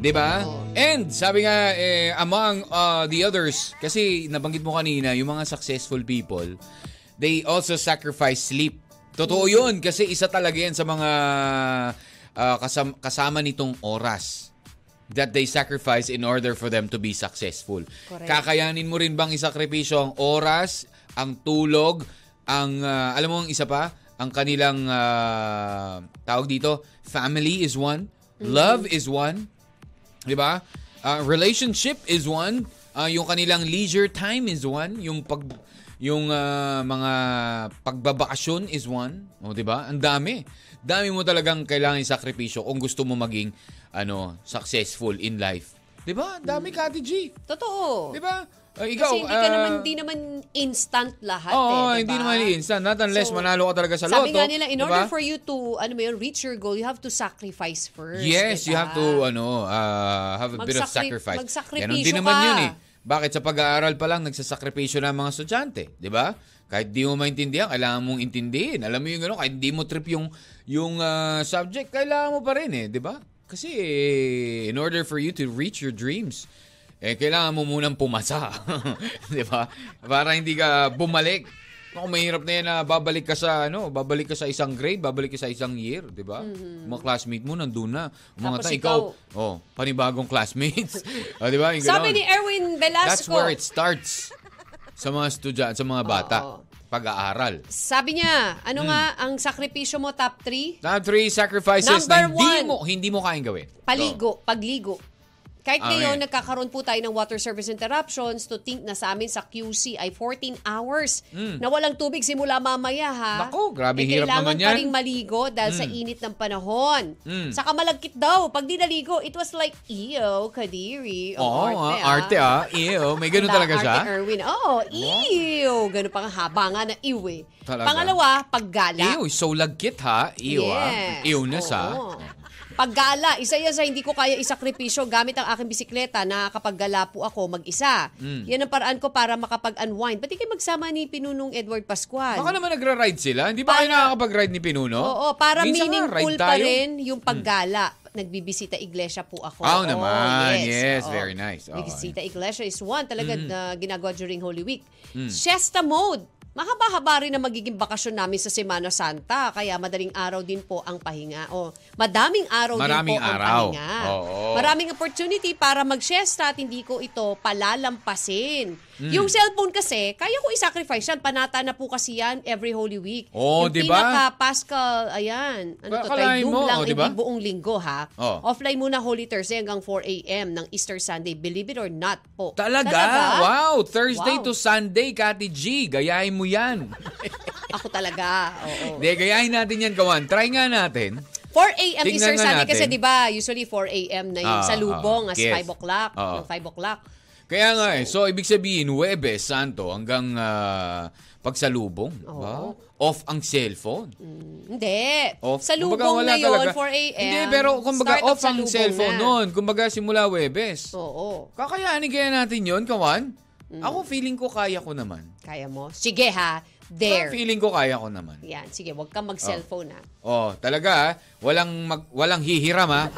Speaker 2: Di ba? And sabi nga, eh, among uh, the others, kasi nabanggit mo kanina, yung mga successful people, they also sacrifice sleep. Totoo yun, kasi isa talaga yan sa mga uh, kasam- kasama nitong oras that they sacrifice in order for them to be successful.
Speaker 3: Correct.
Speaker 2: Kakayanin mo rin bang isakripisyo ang oras, ang tulog, ang ah, alam mo ang isa pa, ang kanilang ah, tawag dito, family is one, love is one, 'di ba? Ah, relationship is one, Ah, yung kanilang leisure time is one, yung pag yung ah, mga pagbabakasyon is one, oh, 'di ba? Ang dami. Dami mo talagang kailangan sakripisyo kung gusto mo maging ano, successful in life. 'Di ba? Ang Dami ka, G.
Speaker 3: Totoo.
Speaker 2: 'Di ba? Ah, ikaw,
Speaker 3: Kasi hindi ka
Speaker 2: ah,
Speaker 3: naman, hindi naman instant lahat
Speaker 2: Oo,
Speaker 3: eh, diba?
Speaker 2: hindi naman instant. Not unless manalo ka talaga sa loto,
Speaker 3: Sabi nga nila, in
Speaker 2: diba?
Speaker 3: order for you to, ano mo yun, reach your goal, you have to sacrifice first.
Speaker 2: Yes, you
Speaker 3: diba?
Speaker 2: have to ano, uh, have a bit of
Speaker 3: Magsakri-
Speaker 2: sacrifice.
Speaker 3: magsakripisyo
Speaker 2: Ganon din naman
Speaker 3: ka.
Speaker 2: yun eh. Bakit sa pag-aaral pa lang nagsasakripisyo na ang mga estudyante, 'di ba? Kahit di mo maintindihan, kailangan mong intindihin. Alam mo yung ano, kahit di mo trip yung yung ah, subject, kailangan mo pa rin eh, 'di ba? Kasi eh, in order for you to reach your dreams, eh kailangan mo munang pumasa, 'di ba? Para hindi ka bumalik. Kung mahirap na yan na babalik ka sa ano, babalik ka sa isang grade, babalik ka sa isang year, 'di ba? Mga classmate mo nandoon na. Mga
Speaker 3: Mm-hmm. Tapos
Speaker 2: ta, ikaw,
Speaker 3: ikaw-
Speaker 2: oh, panibagong classmates. oh, 'di ba? Yung
Speaker 3: Sabi
Speaker 2: ganon.
Speaker 3: ni Erwin
Speaker 2: That's
Speaker 3: Velasco,
Speaker 2: where it starts. Sa mga estudyante, sa mga bata.
Speaker 3: Oo.
Speaker 2: Pag-aaral.
Speaker 3: sabi niya,
Speaker 2: Hmm.
Speaker 3: ano nga ang sakripisyo mo top 3?
Speaker 2: Top three sacrifices na
Speaker 3: Number
Speaker 2: hindi
Speaker 3: one.
Speaker 2: mo, hindi mo kayang gawin.
Speaker 3: Paligo, pagligo. Kahit
Speaker 2: Ah,
Speaker 3: ngayon,
Speaker 2: okay.
Speaker 3: nagkakaroon po tayo ng water service interruptions to think na sa amin sa QC ay 14 hours na walang tubig simula mamaya ha.
Speaker 2: Naku, Hmm. grabe
Speaker 3: Eh,
Speaker 2: hirap naman yan.
Speaker 3: Kailangan pa
Speaker 2: Hmm.
Speaker 3: ring maligo dahil sa init ng panahon.
Speaker 2: Mm.
Speaker 3: Saka malagkit daw. Pag di naligo, it was like, ew, kadiri.
Speaker 2: Oo, oh,
Speaker 3: Ang
Speaker 2: arte ah. Ew, may ganun
Speaker 3: Wala,
Speaker 2: talaga siya.
Speaker 3: Arte Erwin. Oo, oh, ew. Ganun pang haba nga na ew eh.
Speaker 2: Talaga.
Speaker 3: Pangalawa, paggala.
Speaker 2: Ew, so lagkit ha. Ew ah. Ewness
Speaker 3: Oo.
Speaker 2: ah.
Speaker 3: Paggala, isa yan sa hindi ko kaya isakripisyo gamit ang aking bisikleta na kapag gala po ako mag-isa.
Speaker 2: Mm.
Speaker 3: Yan ang paraan ko para makapag-unwind. Pati kayo magsama ni Pinunong Edward Pascual.
Speaker 2: Baka naman nagra-ride sila. Hindi ba kayo
Speaker 3: Para-
Speaker 2: nakakapag-ride ni Pinuno?
Speaker 3: Oo, para
Speaker 2: Minsan nga, ride
Speaker 3: meaningful pa
Speaker 2: tayo. Hmm.
Speaker 3: rin yung paggala. Nagbibisita iglesia po ako.
Speaker 2: Ah,
Speaker 3: Oo,
Speaker 2: naman. Yes, very nice. Hmm. Oo.
Speaker 3: Nagbibisita iglesia is one talaga na ginagawa during Holy Week.
Speaker 2: Hmm.
Speaker 3: Siesta mode. Mahaba-haba rin na magiging bakasyon namin sa Semana Santa, kaya madaling araw din po ang pahinga. O, madaming araw
Speaker 2: Maraming
Speaker 3: din
Speaker 2: araw.
Speaker 3: po ang pahinga.
Speaker 2: Oo.
Speaker 3: Maraming opportunity para mag-siesta at hindi ko ito palalampasin.
Speaker 2: Hmm.
Speaker 3: Yung cellphone kasi, kaya ko i-sacrifice yan. Panata na po kasi yan every Holy Week.
Speaker 2: Oo, Oh,
Speaker 3: yung
Speaker 2: di ba?
Speaker 3: pinaka Pascal, ayan. Ano to,
Speaker 2: Kakalain
Speaker 3: tayo Doom
Speaker 2: mo,
Speaker 3: lang,
Speaker 2: oh, di
Speaker 3: hindi
Speaker 2: ba?
Speaker 3: buong linggo ha.
Speaker 2: Oh.
Speaker 3: Offline muna Holy Thursday hanggang 4 a.m. ng Easter Sunday. Believe it or not po.
Speaker 2: Talaga? Wow! Thursday
Speaker 3: Wow.
Speaker 2: to Sunday, Kati G. Gayahin mo yan.
Speaker 3: Ako talaga, oo.
Speaker 2: Hindi, gayahin natin yan, Kawan. Try nga natin.
Speaker 3: 4 a.m.
Speaker 2: Tingnan
Speaker 3: Easter
Speaker 2: nga
Speaker 3: Sunday
Speaker 2: natin.
Speaker 3: kasi di ba usually 4 a.m. na yung
Speaker 2: Ah,
Speaker 3: salubong
Speaker 2: ah,
Speaker 3: as
Speaker 2: yes.
Speaker 3: 5 o'clock,
Speaker 2: Oo.
Speaker 3: ng 5 o'clock.
Speaker 2: Kaya nga eh. So, ibig sabihin, Webes, Santo, hanggang ah, pagsalubong.
Speaker 3: Oo.
Speaker 2: ba? Off ang cellphone.
Speaker 3: Hindi.
Speaker 2: Off. Kumbaga,
Speaker 3: Salubong
Speaker 2: wala
Speaker 3: na yun,
Speaker 2: talaga.
Speaker 3: 4 a.m.
Speaker 2: Hindi, pero kumbaga
Speaker 3: start of
Speaker 2: off ang
Speaker 3: salubong
Speaker 2: cellphone
Speaker 3: na.
Speaker 2: noon. Kumbaga simula Webes.
Speaker 3: Oo. Mm.
Speaker 2: Kakayanin kaya natin yon Kawan? Ako feeling ko kaya ko naman.
Speaker 3: Kaya mo. Sige ha.
Speaker 2: Ako
Speaker 3: There.
Speaker 2: Feeling ko kaya ko naman.
Speaker 3: Yan. Sige, huwag kang mag-cellphone ha.
Speaker 2: Oh, talaga ah. Walang mag, walang hihiram ha.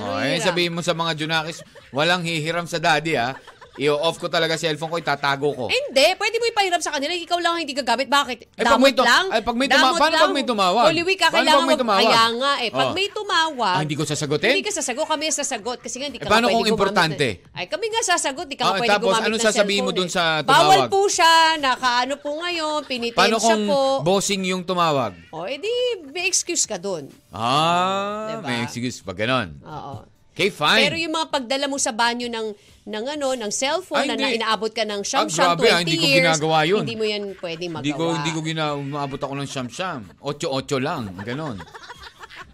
Speaker 2: Oh,
Speaker 3: Walang
Speaker 2: eh,
Speaker 3: hihiram.
Speaker 2: sabihin mo sa mga Junakis, walang hihiram sa daddy ha. I-off ko talaga cellphone ko, itatago ko.
Speaker 3: Eh, Hindi, pwede mo ipahirap sa kanila. Ikaw lang ang hindi gagamit. Bakit?
Speaker 2: Eh, pag
Speaker 3: Damot
Speaker 2: may tu-
Speaker 3: lang?
Speaker 2: Ay, pag may tuma-
Speaker 3: Damot
Speaker 2: paano
Speaker 3: lang?
Speaker 2: pag may tumawag?
Speaker 3: Holy Week, ka,
Speaker 2: Paano
Speaker 3: kailangan
Speaker 2: pag may
Speaker 3: mag-
Speaker 2: tumawag?
Speaker 3: Kaya nga eh. Pag
Speaker 2: Oh.
Speaker 3: may tumawag,
Speaker 2: Ah, hindi ko sasagutin?
Speaker 3: Hindi ka sasagot. Kami ang sasagot. Kasi nga, hindi
Speaker 2: Eh,
Speaker 3: ka
Speaker 2: paano
Speaker 3: nga pwede
Speaker 2: kung importante?
Speaker 3: gumamit na- Ay, kami nga sasagot. Hindi ka
Speaker 2: Ah,
Speaker 3: nga pwede
Speaker 2: tapos,
Speaker 3: gumamit
Speaker 2: anong
Speaker 3: ng
Speaker 2: sasabihin mo dun
Speaker 3: cellphone eh.
Speaker 2: sa
Speaker 3: Bawal
Speaker 2: tumawag?
Speaker 3: po siya. Nakaano po ngayon.
Speaker 2: Paano
Speaker 3: Pinitensya
Speaker 2: kung
Speaker 3: po.
Speaker 2: bossing yung tumawag?
Speaker 3: o, edi, may excuse ka dun.
Speaker 2: Ah,
Speaker 3: Diba?
Speaker 2: may excuse pa ganon.
Speaker 3: Oo.
Speaker 2: Okay, fine.
Speaker 3: Pero yung mga pagdala mo sa banyo ng ng ano, ng cellphone
Speaker 2: Ay,
Speaker 3: na,
Speaker 2: hindi.
Speaker 3: na inaabot ka ng
Speaker 2: Ah,
Speaker 3: siyam siyam
Speaker 2: grabe,
Speaker 3: 20
Speaker 2: ah, hindi ko
Speaker 3: years,
Speaker 2: ginagawa yun.
Speaker 3: Hindi mo yan pwedeng magawa.
Speaker 2: Hindi ko, hindi ko gina, umabot ako ng siyam-siyam. Ocho-ocho lang, ganon.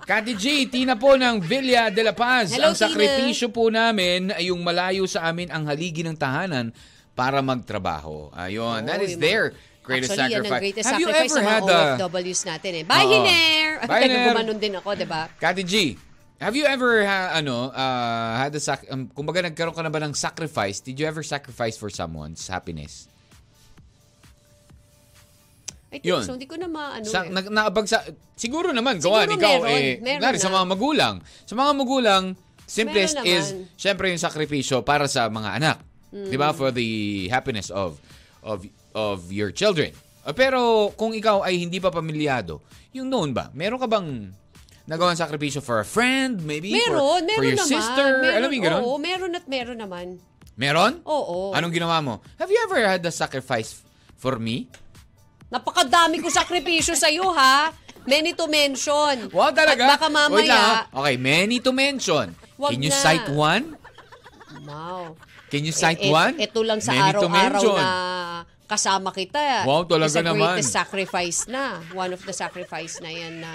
Speaker 2: Kati G, Tina po ng Villa de la Paz.
Speaker 3: Hello,
Speaker 2: ang
Speaker 3: Tina.
Speaker 2: sakripisyo po namin ay yung malayo sa amin ang haligi ng tahanan para magtrabaho. Ayun, that
Speaker 3: Oo,
Speaker 2: is
Speaker 3: Oh, yung
Speaker 2: their greatest sacrifice.
Speaker 3: Actually, yan ang greatest
Speaker 2: Have you ever
Speaker 3: sacrifice sa mga
Speaker 2: had a...
Speaker 3: OFWs natin eh. Bye,
Speaker 2: Oo.
Speaker 3: Hiner!
Speaker 2: Bye,
Speaker 3: Bye,
Speaker 2: Hiner!
Speaker 3: Gumanon din ako, diba? di ba?
Speaker 2: Kati G, have you ever ha, ano uh, had a sac- um, kumbaga nagkaroon ka na ba ng sacrifice? Did you ever sacrifice for someone's happiness?
Speaker 3: I think
Speaker 2: Yun.
Speaker 3: so, hindi ko na maano
Speaker 2: Sa,
Speaker 3: eh.
Speaker 2: na, naabag sa, siguro naman,
Speaker 3: Siguro
Speaker 2: gawan, ikaw,
Speaker 3: meron,
Speaker 2: eh,
Speaker 3: meron
Speaker 2: kunwari,
Speaker 3: na.
Speaker 2: sa mga magulang. Sa mga magulang, simplest
Speaker 3: Meron
Speaker 2: is,
Speaker 3: naman. Mm.
Speaker 2: syempre yung sakripisyo para sa mga anak. Di ba? For the happiness of of of your children. Ah, Pero kung ikaw ay hindi pa pamilyado, yung noon ba, meron ka bang nagawang sakripisyo for a friend, maybe?
Speaker 3: Meron,
Speaker 2: for,
Speaker 3: meron
Speaker 2: for your
Speaker 3: naman.
Speaker 2: sister?
Speaker 3: meron,
Speaker 2: alam mo yung ganun?
Speaker 3: Oo, meron at meron naman.
Speaker 2: Meron?
Speaker 3: Oo.
Speaker 2: Anong ginawa mo? Have you ever had a sacrifice for me?
Speaker 3: Napakadami ko sakripisyo sa'yo, ha? Many to mention.
Speaker 2: Wow, talaga?
Speaker 3: At baka mamaya,
Speaker 2: Wait lang, ha? Okay, many to mention.
Speaker 3: Wag
Speaker 2: Can you
Speaker 3: na.
Speaker 2: cite one?
Speaker 3: wow.
Speaker 2: Can you cite
Speaker 3: Eh, eh,
Speaker 2: one?
Speaker 3: Ito lang sa
Speaker 2: Many to
Speaker 3: araw-araw
Speaker 2: mention.
Speaker 3: na kasama kita.
Speaker 2: Wow, talaga
Speaker 3: It's a
Speaker 2: naman.
Speaker 3: greatest sacrifice na. One of the sacrifice na yan na,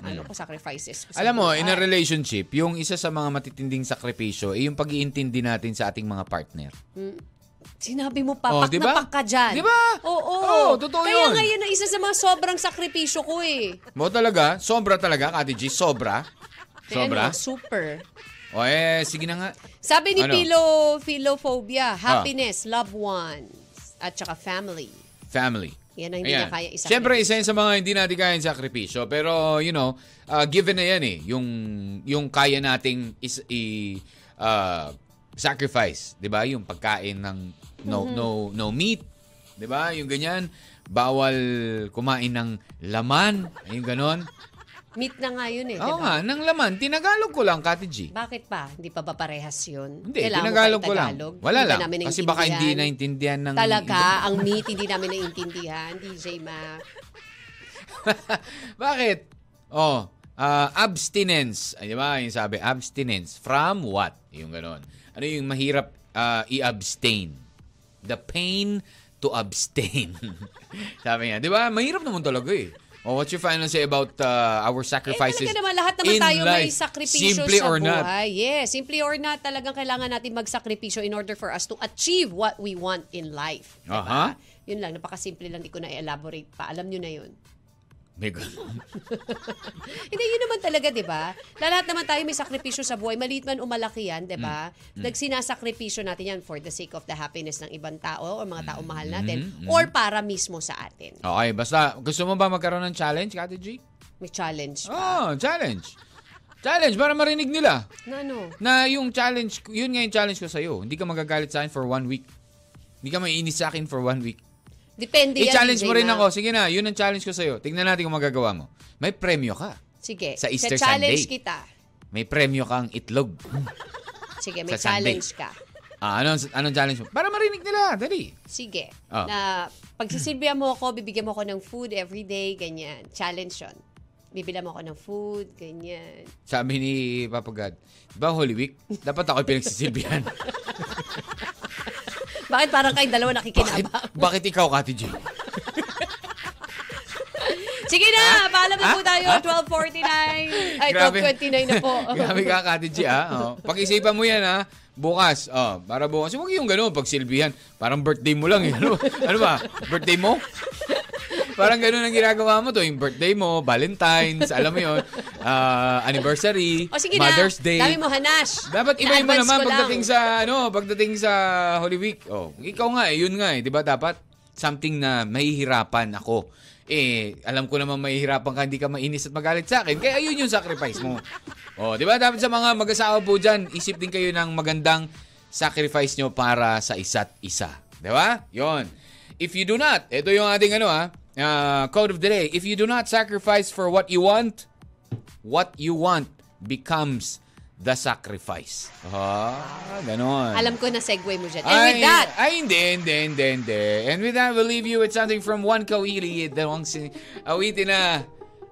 Speaker 3: ano ko, sacrifices. ko sa
Speaker 2: Hmm. Alam mo,
Speaker 3: buhay.
Speaker 2: in a relationship, yung isa sa mga matitinding sakripisyo ay yung pag-iintindi natin sa ating mga partner.
Speaker 3: Sinabi mo pa,
Speaker 2: Oh,
Speaker 3: pak
Speaker 2: di ba?
Speaker 3: na pak ka dyan.
Speaker 2: Di ba?
Speaker 3: Oo.
Speaker 2: Oo, totoo
Speaker 3: Kaya
Speaker 2: yun.
Speaker 3: nga yun ang isa sa mga sobrang sakripisyo ko eh.
Speaker 2: Mo talaga, sobra talaga, Kati G, sobra.
Speaker 3: Kaya
Speaker 2: Sobra.
Speaker 3: Ano, super.
Speaker 2: O eh, sige na nga.
Speaker 3: Sabi ni
Speaker 2: Ano?
Speaker 3: Philo, philophobia, happiness, loved ones, at saka family.
Speaker 2: Family.
Speaker 3: Yan ang hindi na kaya isakripisyo.
Speaker 2: Siyempre, isa yun sa mga hindi natin kaya sakripisyo. Pero, you know, uh, given na yan eh. Yung, yung kaya nating is, i, uh, sacrifice. 'di ba Yung pagkain ng no,
Speaker 3: Mm-hmm.
Speaker 2: no, no meat. 'di ba Yung ganyan. Bawal kumain ng laman. Yung ganon.
Speaker 3: Meet na nga yun eh,
Speaker 2: Oo
Speaker 3: di ba?
Speaker 2: nga, ng laman. Tinagalog ko lang, Kati G.
Speaker 3: Bakit pa? Hindi pa ba parehas yun?
Speaker 2: Hindi,
Speaker 3: Kailangan
Speaker 2: tinagalog ko
Speaker 3: mo pa yung
Speaker 2: lang.
Speaker 3: Tagalog?
Speaker 2: Wala
Speaker 3: Hindi ba
Speaker 2: lang.
Speaker 3: namin
Speaker 2: Kasi baka hindi
Speaker 3: naiintindihan?
Speaker 2: naintindihan ng...
Speaker 3: Talaga, ang meet hindi namin naiintindihan, DJ Mac.
Speaker 2: Bakit? Oh, ah, abstinence. Ay, di ba? Yung sabi, abstinence. From what? Yung ganon. Ano yung mahirap ah, i-abstain? The pain to abstain. sabi niya. Di ba? Mahirap naman talaga eh. Oh, what's your final say about ah, our sacrifices
Speaker 3: Eh, talaga naman, lahat naman
Speaker 2: in
Speaker 3: tayo may
Speaker 2: life?
Speaker 3: sakripisyo
Speaker 2: Simply
Speaker 3: sa
Speaker 2: or
Speaker 3: buhay.
Speaker 2: not.
Speaker 3: Yes, simply or not, talagang kailangan natin magsakripisyo in order for us to achieve what we want in life. Diba?
Speaker 2: Aha.
Speaker 3: Yun lang, napakasimple lang, di ko na-elaborate pa. Alam nyo na yun. Diba?
Speaker 2: May ganon.
Speaker 3: Hindi, yun naman talaga, di ba? Lahat naman tayo may sakripisyo sa buhay. Maliit man o malaki yan, di ba?
Speaker 2: Mm.
Speaker 3: Nagsinasakripisyo natin yan for the sake of the happiness ng ibang tao o mga taong mahal
Speaker 2: Mm.
Speaker 3: natin or para mismo sa atin.
Speaker 2: Okay, basta gusto mo ba magkaroon ng challenge, Kati G?
Speaker 3: May challenge.
Speaker 2: Oh, challenge. Challenge para marinig nila.
Speaker 3: Na ano?
Speaker 2: na yung challenge, ko- yun nga yung challenge ko sa'yo. Hindi ka magagalit sa akin for one week. Hindi ka maiinis sa akin for one week.
Speaker 3: Depende yan.
Speaker 2: I-challenge
Speaker 3: DJ
Speaker 2: mo rin
Speaker 3: Mac.
Speaker 2: ako. Sige na, yun ang challenge ko sa'yo. Tignan natin kung magagawa mo. May premyo ka.
Speaker 3: Sige.
Speaker 2: Sa Easter
Speaker 3: challenge
Speaker 2: Sunday.
Speaker 3: kita.
Speaker 2: May premyo kang itlog.
Speaker 3: Sige, may
Speaker 2: Sa Sunday.
Speaker 3: challenge ka.
Speaker 2: Ah, anong, anong challenge mo? Para marinig nila. Dali.
Speaker 3: Sige.
Speaker 2: Ah.
Speaker 3: Na pagsisilbihan mo ako, bibigyan mo ako ng food every day, ganyan. Challenge yun. Bibila mo ako ng food, ganyan.
Speaker 2: Sabi ni Papa God, di ba Holy Week? Dapat ako pinagsisilbihan.
Speaker 3: Bakit parang kayong dalawa
Speaker 2: bakit,
Speaker 3: nakikinabang?
Speaker 2: bakit ikaw, Kati J?
Speaker 3: Sige na, paalam na po
Speaker 2: Ah?
Speaker 3: tayo.
Speaker 2: Ah?
Speaker 3: 12.49. Ay,
Speaker 2: Grabe.
Speaker 3: 12.29 na po.
Speaker 2: Grabe ka, Kati G, ah. Oh. Pag-isipan mo yan, ha. Bukas, oh, para bukas. Huwag yung gano'n, pagsilbihan. Parang birthday mo lang, eh. Ano, ano ba? Birthday mo? Parang gano'n ang ginagawa mo to. Yung birthday mo, Valentine's, alam mo yun, ah, anniversary,
Speaker 3: O sige
Speaker 2: Mother's
Speaker 3: na,
Speaker 2: Day.
Speaker 3: dami mo hanash.
Speaker 2: Dapat iba mo
Speaker 3: Na-advance
Speaker 2: naman
Speaker 3: ko lang.
Speaker 2: pagdating sa ano, pagdating sa Holy Week. Oh, ikaw nga eh, yun nga eh, 'di ba? Dapat something na mahihirapan ako. Eh, alam ko naman mahihirapan ka, hindi ka mainis at magalit sa akin. Kaya yun yung sacrifice mo. Oh, 'di ba? Dapat sa mga mag-asawa po diyan, isip din kayo ng magandang sacrifice nyo para sa isa't isa. 'Di ba? 'Yon. If you do not, ito yung ating ano ah, ah, code of the day. If you do not sacrifice for what you want, what you want becomes the sacrifice. Ah, ganon.
Speaker 3: Alam ko na segue mo dyan. And with that,
Speaker 2: Ay, hindi, hindi, hindi, hindi. And with that, we'll leave you with something from Juan Kawili. Dalawang sin- awitin na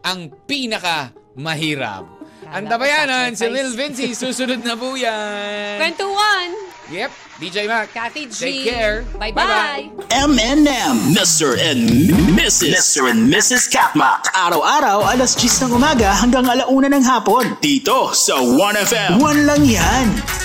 Speaker 2: ang pinaka mahirap. Ang tabayanan si Lil Vinci. Susunod na po yan.
Speaker 3: 21,
Speaker 2: Yep, DJ Mac.
Speaker 3: Kathy G.
Speaker 2: Take care.
Speaker 3: Bye-bye.
Speaker 1: M&M. Mr. and Mrs. Mr. and Mrs. Katma.
Speaker 5: Araw-araw, alas 10 ng umaga hanggang alauna ng hapon.
Speaker 1: Dito sa 1FM.
Speaker 5: One lang yan.